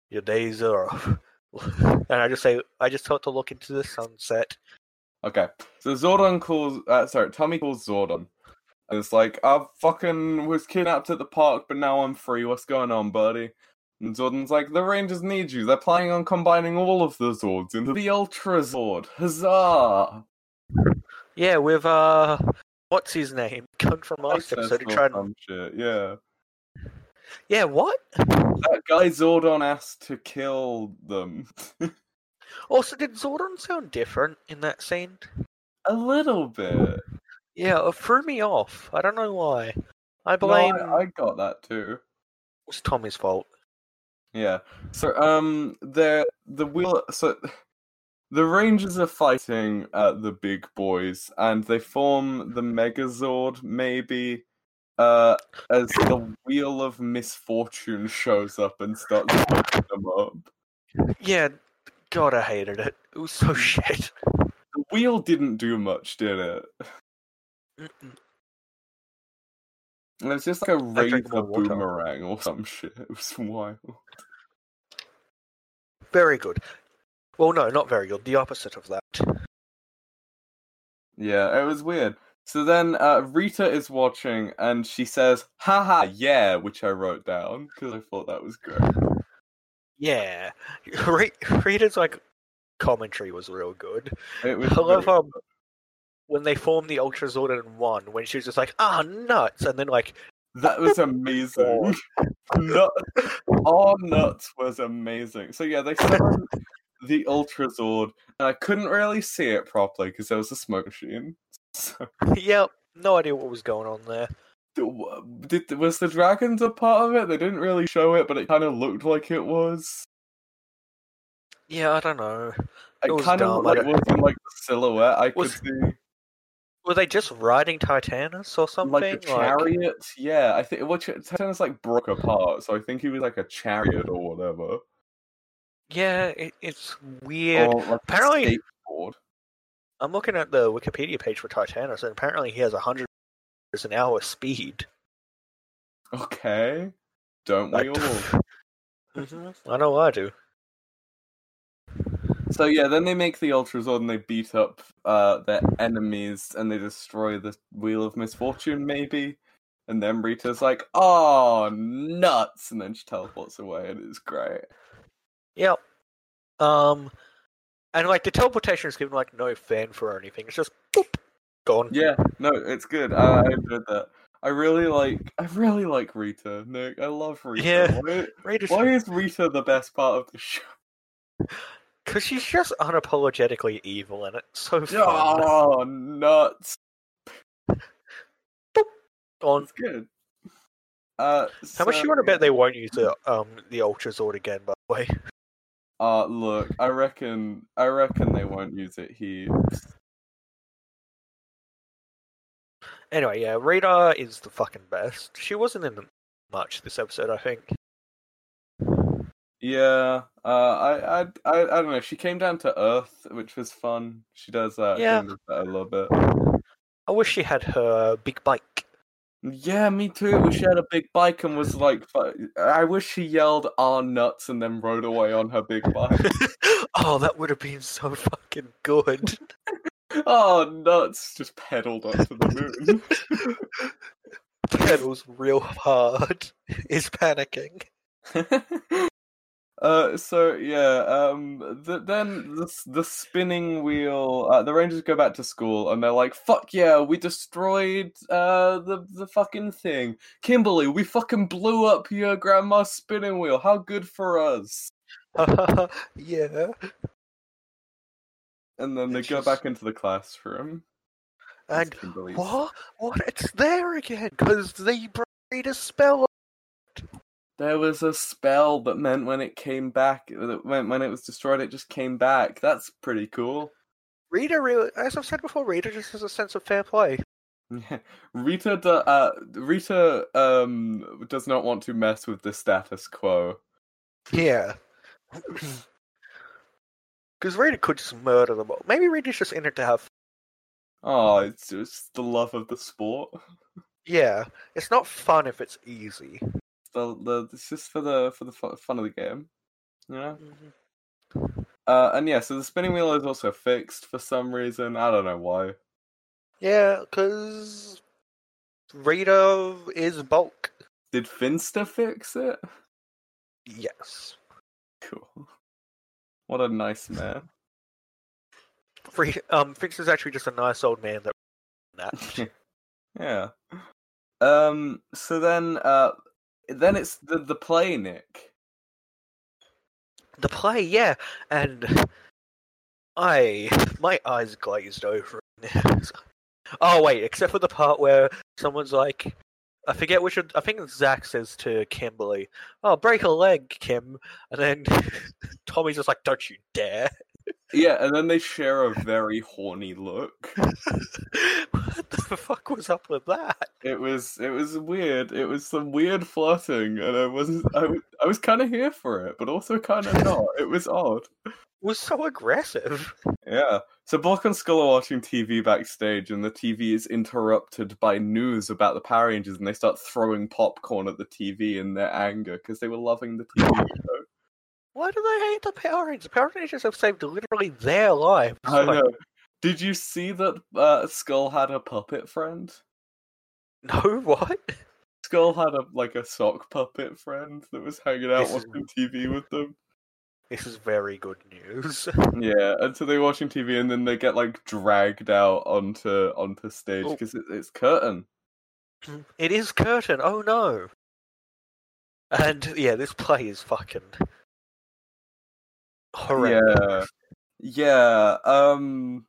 [SPEAKER 2] your days are off. [laughs] and I just say, I just thought to look into the sunset.
[SPEAKER 1] Okay, so Zordon calls. Uh, sorry, Tommy calls Zordon, and it's like, "I fucking was kidnapped at the park, but now I'm free. What's going on, buddy?" And Zordon's like, "The Rangers need you. They're planning on combining all of the Zords into the Ultra Zord. Huzzah!"
[SPEAKER 2] Yeah, with uh, what's his name? Come from last
[SPEAKER 1] Access
[SPEAKER 2] episode. He
[SPEAKER 1] or
[SPEAKER 2] tried.
[SPEAKER 1] some shit. Yeah,
[SPEAKER 2] Yeah, what?
[SPEAKER 1] that guy Zordon asked to kill them
[SPEAKER 2] Also, did Zordon sound different in that scene?
[SPEAKER 1] a little bit.
[SPEAKER 2] Yeah, it threw me off. I don't know why. I
[SPEAKER 1] No, I-
[SPEAKER 2] blame
[SPEAKER 1] I got that too.
[SPEAKER 2] it's Tommy's fault.
[SPEAKER 1] Yeah. So um the the wheel so the Rangers are fighting uh, the big boys and they form the Megazord maybe uh as the wheel of misfortune shows up and starts fucking them up.
[SPEAKER 2] Yeah, God, I hated it. It was so [laughs] shit.
[SPEAKER 1] The wheel didn't do much, did it?
[SPEAKER 2] Mm-mm.
[SPEAKER 1] It was just like a
[SPEAKER 2] I
[SPEAKER 1] razor
[SPEAKER 2] drank more water.
[SPEAKER 1] boomerang or some shit. It was wild.
[SPEAKER 2] Very good. Well, no, not very good. The opposite of that.
[SPEAKER 1] Yeah, it was weird. So then uh, Rita is watching and she says, haha, yeah, which I wrote down because I thought that was great.
[SPEAKER 2] Yeah, [laughs] Re- Rita's like commentary was real good.
[SPEAKER 1] It was
[SPEAKER 2] I love
[SPEAKER 1] really-
[SPEAKER 2] how when they formed the Ultra Zord in one, when she was just like, "Ah, nuts," and then like, [laughs]
[SPEAKER 1] that was amazing. Nut- All nuts was amazing. So yeah, they summoned the Ultra Zord and I couldn't really see it properly because there was a smoke machine. So,
[SPEAKER 2] "Yep, no idea what was going on there."
[SPEAKER 1] did, was the dragons a part of it? They didn't really show it, but it kind of looked like it was.
[SPEAKER 2] Yeah, I don't know. It
[SPEAKER 1] It
[SPEAKER 2] was
[SPEAKER 1] kind of
[SPEAKER 2] dumb, I
[SPEAKER 1] like
[SPEAKER 2] don't-
[SPEAKER 1] wasn't like the silhouette I
[SPEAKER 2] Was-
[SPEAKER 1] could see.
[SPEAKER 2] Were they just riding Titanus or something?
[SPEAKER 1] like a chariot. Yeah, I think which Titanus like broke apart, so I think he was like a chariot or whatever.
[SPEAKER 2] yeah, it, it's weird.
[SPEAKER 1] Or, like, a
[SPEAKER 2] Apparently-
[SPEAKER 1] skateboard.
[SPEAKER 2] I'm looking at the Wikipedia page for Titanus, and apparently he has 100 miles an hour speed.
[SPEAKER 1] Okay, don't we
[SPEAKER 2] Like,
[SPEAKER 1] all?
[SPEAKER 2] [laughs]
[SPEAKER 1] Mm-hmm.
[SPEAKER 2] hmm I know I do.
[SPEAKER 1] So yeah, then they make the Ultra Zord and they beat up uh, their enemies and they destroy the Wheel of Misfortune, maybe. And then Rita's like, "Oh, nuts!" And then she teleports away, and it's great.
[SPEAKER 2] Yep. Um, and like the teleportation is given like no fanfare or anything. It's just boop, gone.
[SPEAKER 1] Yeah, no, it's good. I, I enjoyed that. I really like. I really like Rita. Nick, I love Rita.
[SPEAKER 2] Yeah.
[SPEAKER 1] Why-
[SPEAKER 2] Rita's [laughs]
[SPEAKER 1] Why is Rita the best part of the show?
[SPEAKER 2] Because she's just unapologetically evil, and it's so fun.
[SPEAKER 1] Oh, nuts.
[SPEAKER 2] On
[SPEAKER 1] It's good. Uh,
[SPEAKER 2] how much you want to bet they won't use the um the Ultra Zord again? By the way,
[SPEAKER 1] Uh, look, I reckon, I reckon they won't use it here.
[SPEAKER 2] anyway, yeah, Rita is the fucking best. She wasn't in much this episode, I think.
[SPEAKER 1] Yeah, uh, I, I, I, I don't know. She came down to Earth, which was fun. She does that.
[SPEAKER 2] Yeah.
[SPEAKER 1] thing that I love it.
[SPEAKER 2] I wish she had her big bike.
[SPEAKER 1] Yeah, me too. Wish she had a big bike and was like, fu- I wish she yelled "Ah, nuts" and then rode away on her big bike. [laughs]
[SPEAKER 2] oh, that would have been so fucking good.
[SPEAKER 1] oh, nuts! Just pedaled up to the moon.
[SPEAKER 2] Pedals real hard. Is panicking.
[SPEAKER 1] [laughs] Uh, so yeah, um, th then the the spinning wheel. Uh, the Rangers go back to school and they're like, "Fuck yeah, we destroyed uh the the fucking thing, Kimberly. We fucking blew up your grandma's spinning wheel. How good for us!"
[SPEAKER 2] [laughs] yeah.
[SPEAKER 1] And then they
[SPEAKER 2] It's
[SPEAKER 1] go
[SPEAKER 2] just-
[SPEAKER 1] back into the classroom. It's
[SPEAKER 2] And
[SPEAKER 1] Kimberly's-
[SPEAKER 2] what? What? It's there again because they made a spell.
[SPEAKER 1] There was a spell that meant when it came back, that meant when it was destroyed, it just came back. That's pretty cool.
[SPEAKER 2] Rita, really, as I've said before, Rita just has a sense of fair play.
[SPEAKER 1] Yeah. [laughs] Rita, do, uh, Rita um, does not want to mess with the status quo.
[SPEAKER 2] Yeah. [clears throat] Because Rita could just murder them all. Maybe Rita's just in it to have. fun.
[SPEAKER 1] Oh, it's just the love of the sport.
[SPEAKER 2] Yeah, it's not fun if it's easy.
[SPEAKER 1] The, the it's just for the for the fu- fun of the game, you know. Uh, and yeah, so the spinning wheel is also fixed for some reason. I don't know why.
[SPEAKER 2] Yeah, because Rita is bulk.
[SPEAKER 1] Did Finster fix it? [laughs]
[SPEAKER 2] Yes,
[SPEAKER 1] Cool. What a nice man. [laughs]
[SPEAKER 2] Rita, um, Fix is actually just a nice old man that. that.
[SPEAKER 1] yeah. Um. So then, uh, then it's the the play, Nick.
[SPEAKER 2] the play, yeah, and I my eyes glazed over. oh wait, except for the part where someone's like, I forget which. Of, I think Zach says to Kimberly, "Oh, break a leg, Kim," and then [laughs] Tommy's just like, "Don't you dare!" [laughs]
[SPEAKER 1] Yeah, and then they share a very horny look.
[SPEAKER 2] what the fuck was up with that?
[SPEAKER 1] It was it was weird. It was some weird flirting, and I wasn't. I was, I was kind of here for it, but also kind of not. It was odd.
[SPEAKER 2] It was so aggressive.
[SPEAKER 1] Yeah. So Bork and Skull are watching TV backstage, and the TV is interrupted by news about the Power Rangers, and they start throwing popcorn at the TV in their anger because they were loving the TV show.
[SPEAKER 2] Why do they hate the Power Rangers? The Power Rangers have saved literally their lives.
[SPEAKER 1] I
[SPEAKER 2] Like,
[SPEAKER 1] know. Did you see that uh, Skull had a puppet friend?
[SPEAKER 2] [laughs] No, what?
[SPEAKER 1] Skull had a like a sock puppet friend that was hanging out
[SPEAKER 2] This is-
[SPEAKER 1] watching TV with them.
[SPEAKER 2] This is very good news.
[SPEAKER 1] Yeah, and so they're watching TV, and then they get like dragged out onto onto stage
[SPEAKER 2] Oh.
[SPEAKER 1] because it, it's curtain.
[SPEAKER 2] It is curtain. Oh no. And yeah, this play is fucking horrendous.
[SPEAKER 1] Yeah, yeah. Um,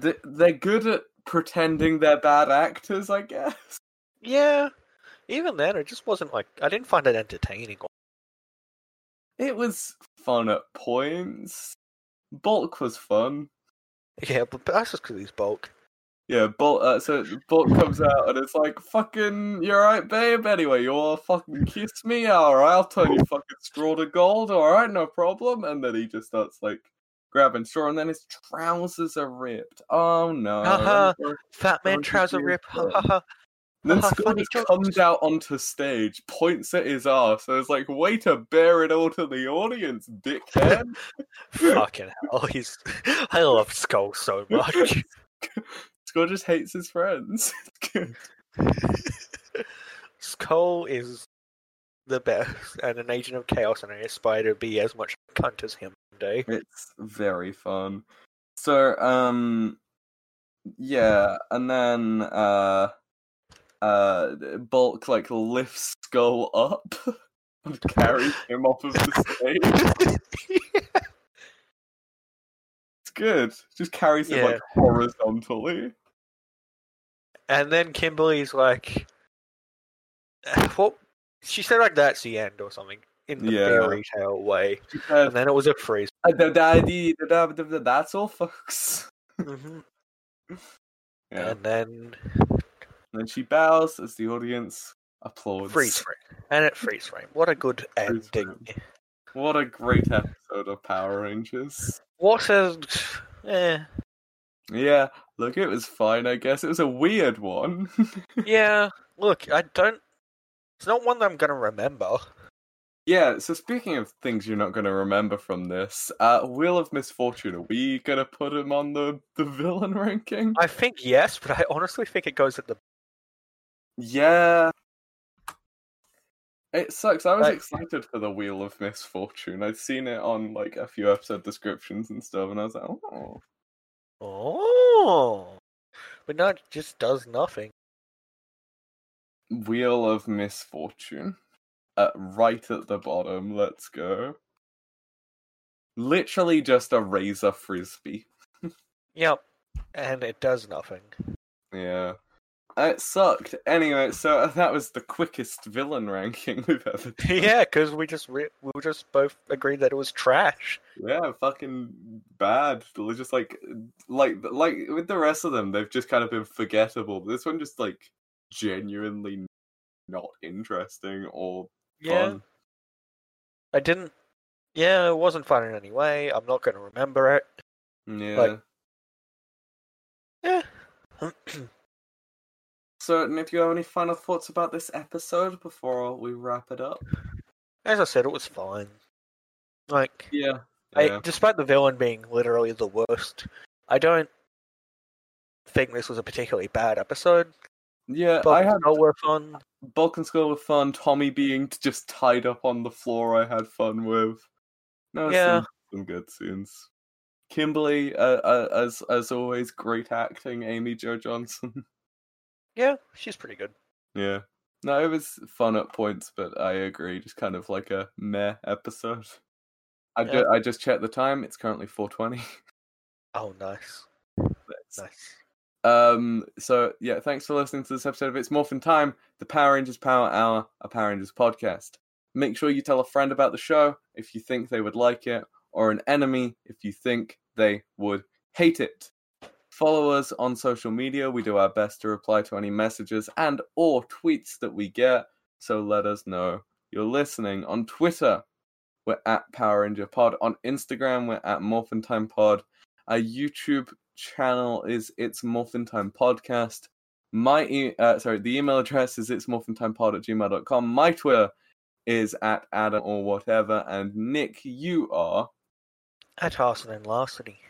[SPEAKER 1] th- they're good at pretending they're bad actors, I guess.
[SPEAKER 2] Yeah. Even then, it just wasn't like I didn't find it entertaining.
[SPEAKER 1] It was fun at points. Bulk was fun.
[SPEAKER 2] Yeah, but, but that's just because he's bulk.
[SPEAKER 1] Yeah, Bolt. Uh, so Bolt comes out and it's like, "Fucking, you're right, babe. Anyway, you all fucking kiss me. All right, I'll turn you fucking straw to gold. All right, no problem." And then he just starts like grabbing straw, and then his trousers are ripped. Oh
[SPEAKER 2] [laughs]
[SPEAKER 1] no!
[SPEAKER 2] Haha.
[SPEAKER 1] And
[SPEAKER 2] Fat man
[SPEAKER 1] Don't you
[SPEAKER 2] trouser
[SPEAKER 1] feel
[SPEAKER 2] rip. Ha
[SPEAKER 1] bad?
[SPEAKER 2] ha ha.
[SPEAKER 1] then
[SPEAKER 2] Haha,
[SPEAKER 1] Skull
[SPEAKER 2] funny
[SPEAKER 1] just comes out onto stage, points at his ass, and it's like, "Way to bear it all to the audience, dickhead."
[SPEAKER 2] [laughs] Fucking hell. He's. I love Skull so much. [laughs]
[SPEAKER 1] Skull just hates his friends. [laughs]
[SPEAKER 2] Skull is the best, and an agent of chaos, and I aspire to be as much cunt as him one day. [laughs]
[SPEAKER 1] It's very fun. So, um, yeah, and then uh, uh, Bulk like lifts Skull up [laughs] and carries him off of the stage. It's good. Just carries him like horizontally.
[SPEAKER 2] And then Kimberly's like, [sighs] "What?" She said like that's the end or something in the
[SPEAKER 1] Yeah.
[SPEAKER 2] fairy tale way.
[SPEAKER 1] She said,
[SPEAKER 2] And then it was a freeze.
[SPEAKER 1] "Uh, da- da- dee, da- da- da- da- That's all, folks.
[SPEAKER 2] Mhm.
[SPEAKER 1] Yeah. And
[SPEAKER 2] And then
[SPEAKER 1] then she bows as the audience applauds.
[SPEAKER 2] freeze frame. And it freeze frame. What a good
[SPEAKER 1] Freeze
[SPEAKER 2] ending.
[SPEAKER 1] What a great episode of Power Rangers.
[SPEAKER 2] What a. [sighs] Eh,
[SPEAKER 1] Yeah, look, it was fine, I guess. It was a weird one.
[SPEAKER 2] yeah. Look, I don't. It's not one that I'm gonna remember.
[SPEAKER 1] yeah, so speaking of things you're not going to remember from this, uh, Wheel of Misfortune, are we going to put him on the, the villain [laughs] ranking?
[SPEAKER 2] I think yes, but I honestly think it goes at the.
[SPEAKER 1] Yeah. It sucks. I was
[SPEAKER 2] Like-
[SPEAKER 1] excited for the Wheel of Misfortune. I'd seen it on like a few episode descriptions and stuff, and I was like, oh,
[SPEAKER 2] Oh, but no, it just does nothing.
[SPEAKER 1] Wheel of Misfortune. Uh, right at the bottom. Let's go. Literally just a razor frisbee.
[SPEAKER 2] Yep, and it does nothing.
[SPEAKER 1] Yeah. It sucked. Anyway, so [laughs] that was the quickest villain ranking [laughs] we've ever
[SPEAKER 2] [laughs]
[SPEAKER 1] done.
[SPEAKER 2] yeah, because we just re- we were just both agreed that it was trash.
[SPEAKER 1] Yeah, fucking bad. They're Just like, like, like with the rest of them, they've just kind of been forgettable. This one just like genuinely not interesting or
[SPEAKER 2] Yeah,
[SPEAKER 1] fun.
[SPEAKER 2] Um, I didn't. Yeah, it wasn't fun in any way. I'm not going to remember it.
[SPEAKER 1] Yeah.
[SPEAKER 2] Yeah.
[SPEAKER 1] so, and if you have any final thoughts about this episode before we wrap it up,
[SPEAKER 2] [clears throat] As I said, it was fine. Like,
[SPEAKER 1] yeah,
[SPEAKER 2] I, despite the villain being literally the worst, I don't think this was a particularly bad episode.
[SPEAKER 1] yeah.
[SPEAKER 2] But
[SPEAKER 1] I had
[SPEAKER 2] no work on.
[SPEAKER 1] Balkan Skull were fun. Tommy being t- just tied up on the floor, I had fun with. No,
[SPEAKER 2] Yeah.
[SPEAKER 1] some, some good scenes. Kimberly, uh, uh, as as always, great acting. Amy Jo Johnson. [laughs]
[SPEAKER 2] Yeah, she's pretty good.
[SPEAKER 1] yeah, no, it was fun at points, but I agree, just kind of like a meh episode. I
[SPEAKER 2] Yeah.
[SPEAKER 1] ju- I just checked the time. It's currently four twenty. [laughs]
[SPEAKER 2] Oh, nice, nice.
[SPEAKER 1] Um, so yeah, thanks for listening to this episode of It's Morphin Time, the Power Rangers Power Hour, a Power Rangers podcast. Make sure you tell a friend about the show if you think they would like it, or an enemy if you think they would hate it. Follow us on social media. We do our best to reply to any messages and or tweets that we get, so let us know you're listening. On Twitter, we're at Power Ranger Pod. On Instagram, we're at Morphin Time Pod. Our YouTube channel is It's Morphin Time Podcast. My e- uh, sorry, the email address is it's morphin time pod at gmail.com. My Twitter is at Adam or whatever. And Nick, you are
[SPEAKER 2] At Arson and Larceny.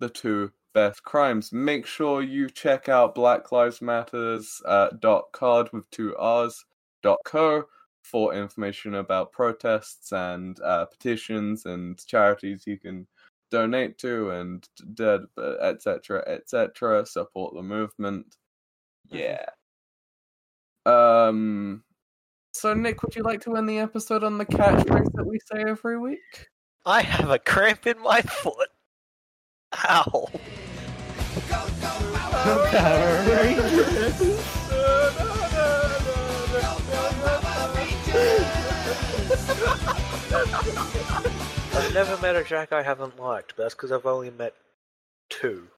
[SPEAKER 1] the two best crimes. Make sure you check out Black Lives Matters uh, dot card with two R's dot co for information about protests and uh, petitions and charities you can donate to and dead etc etc support the movement yeah um so nick would you like to end the episode on the catchphrase that we say every week
[SPEAKER 2] I have a cramp in my [laughs] foot. Ow. I've never met a Jack I haven't liked, but that's because I've only met two.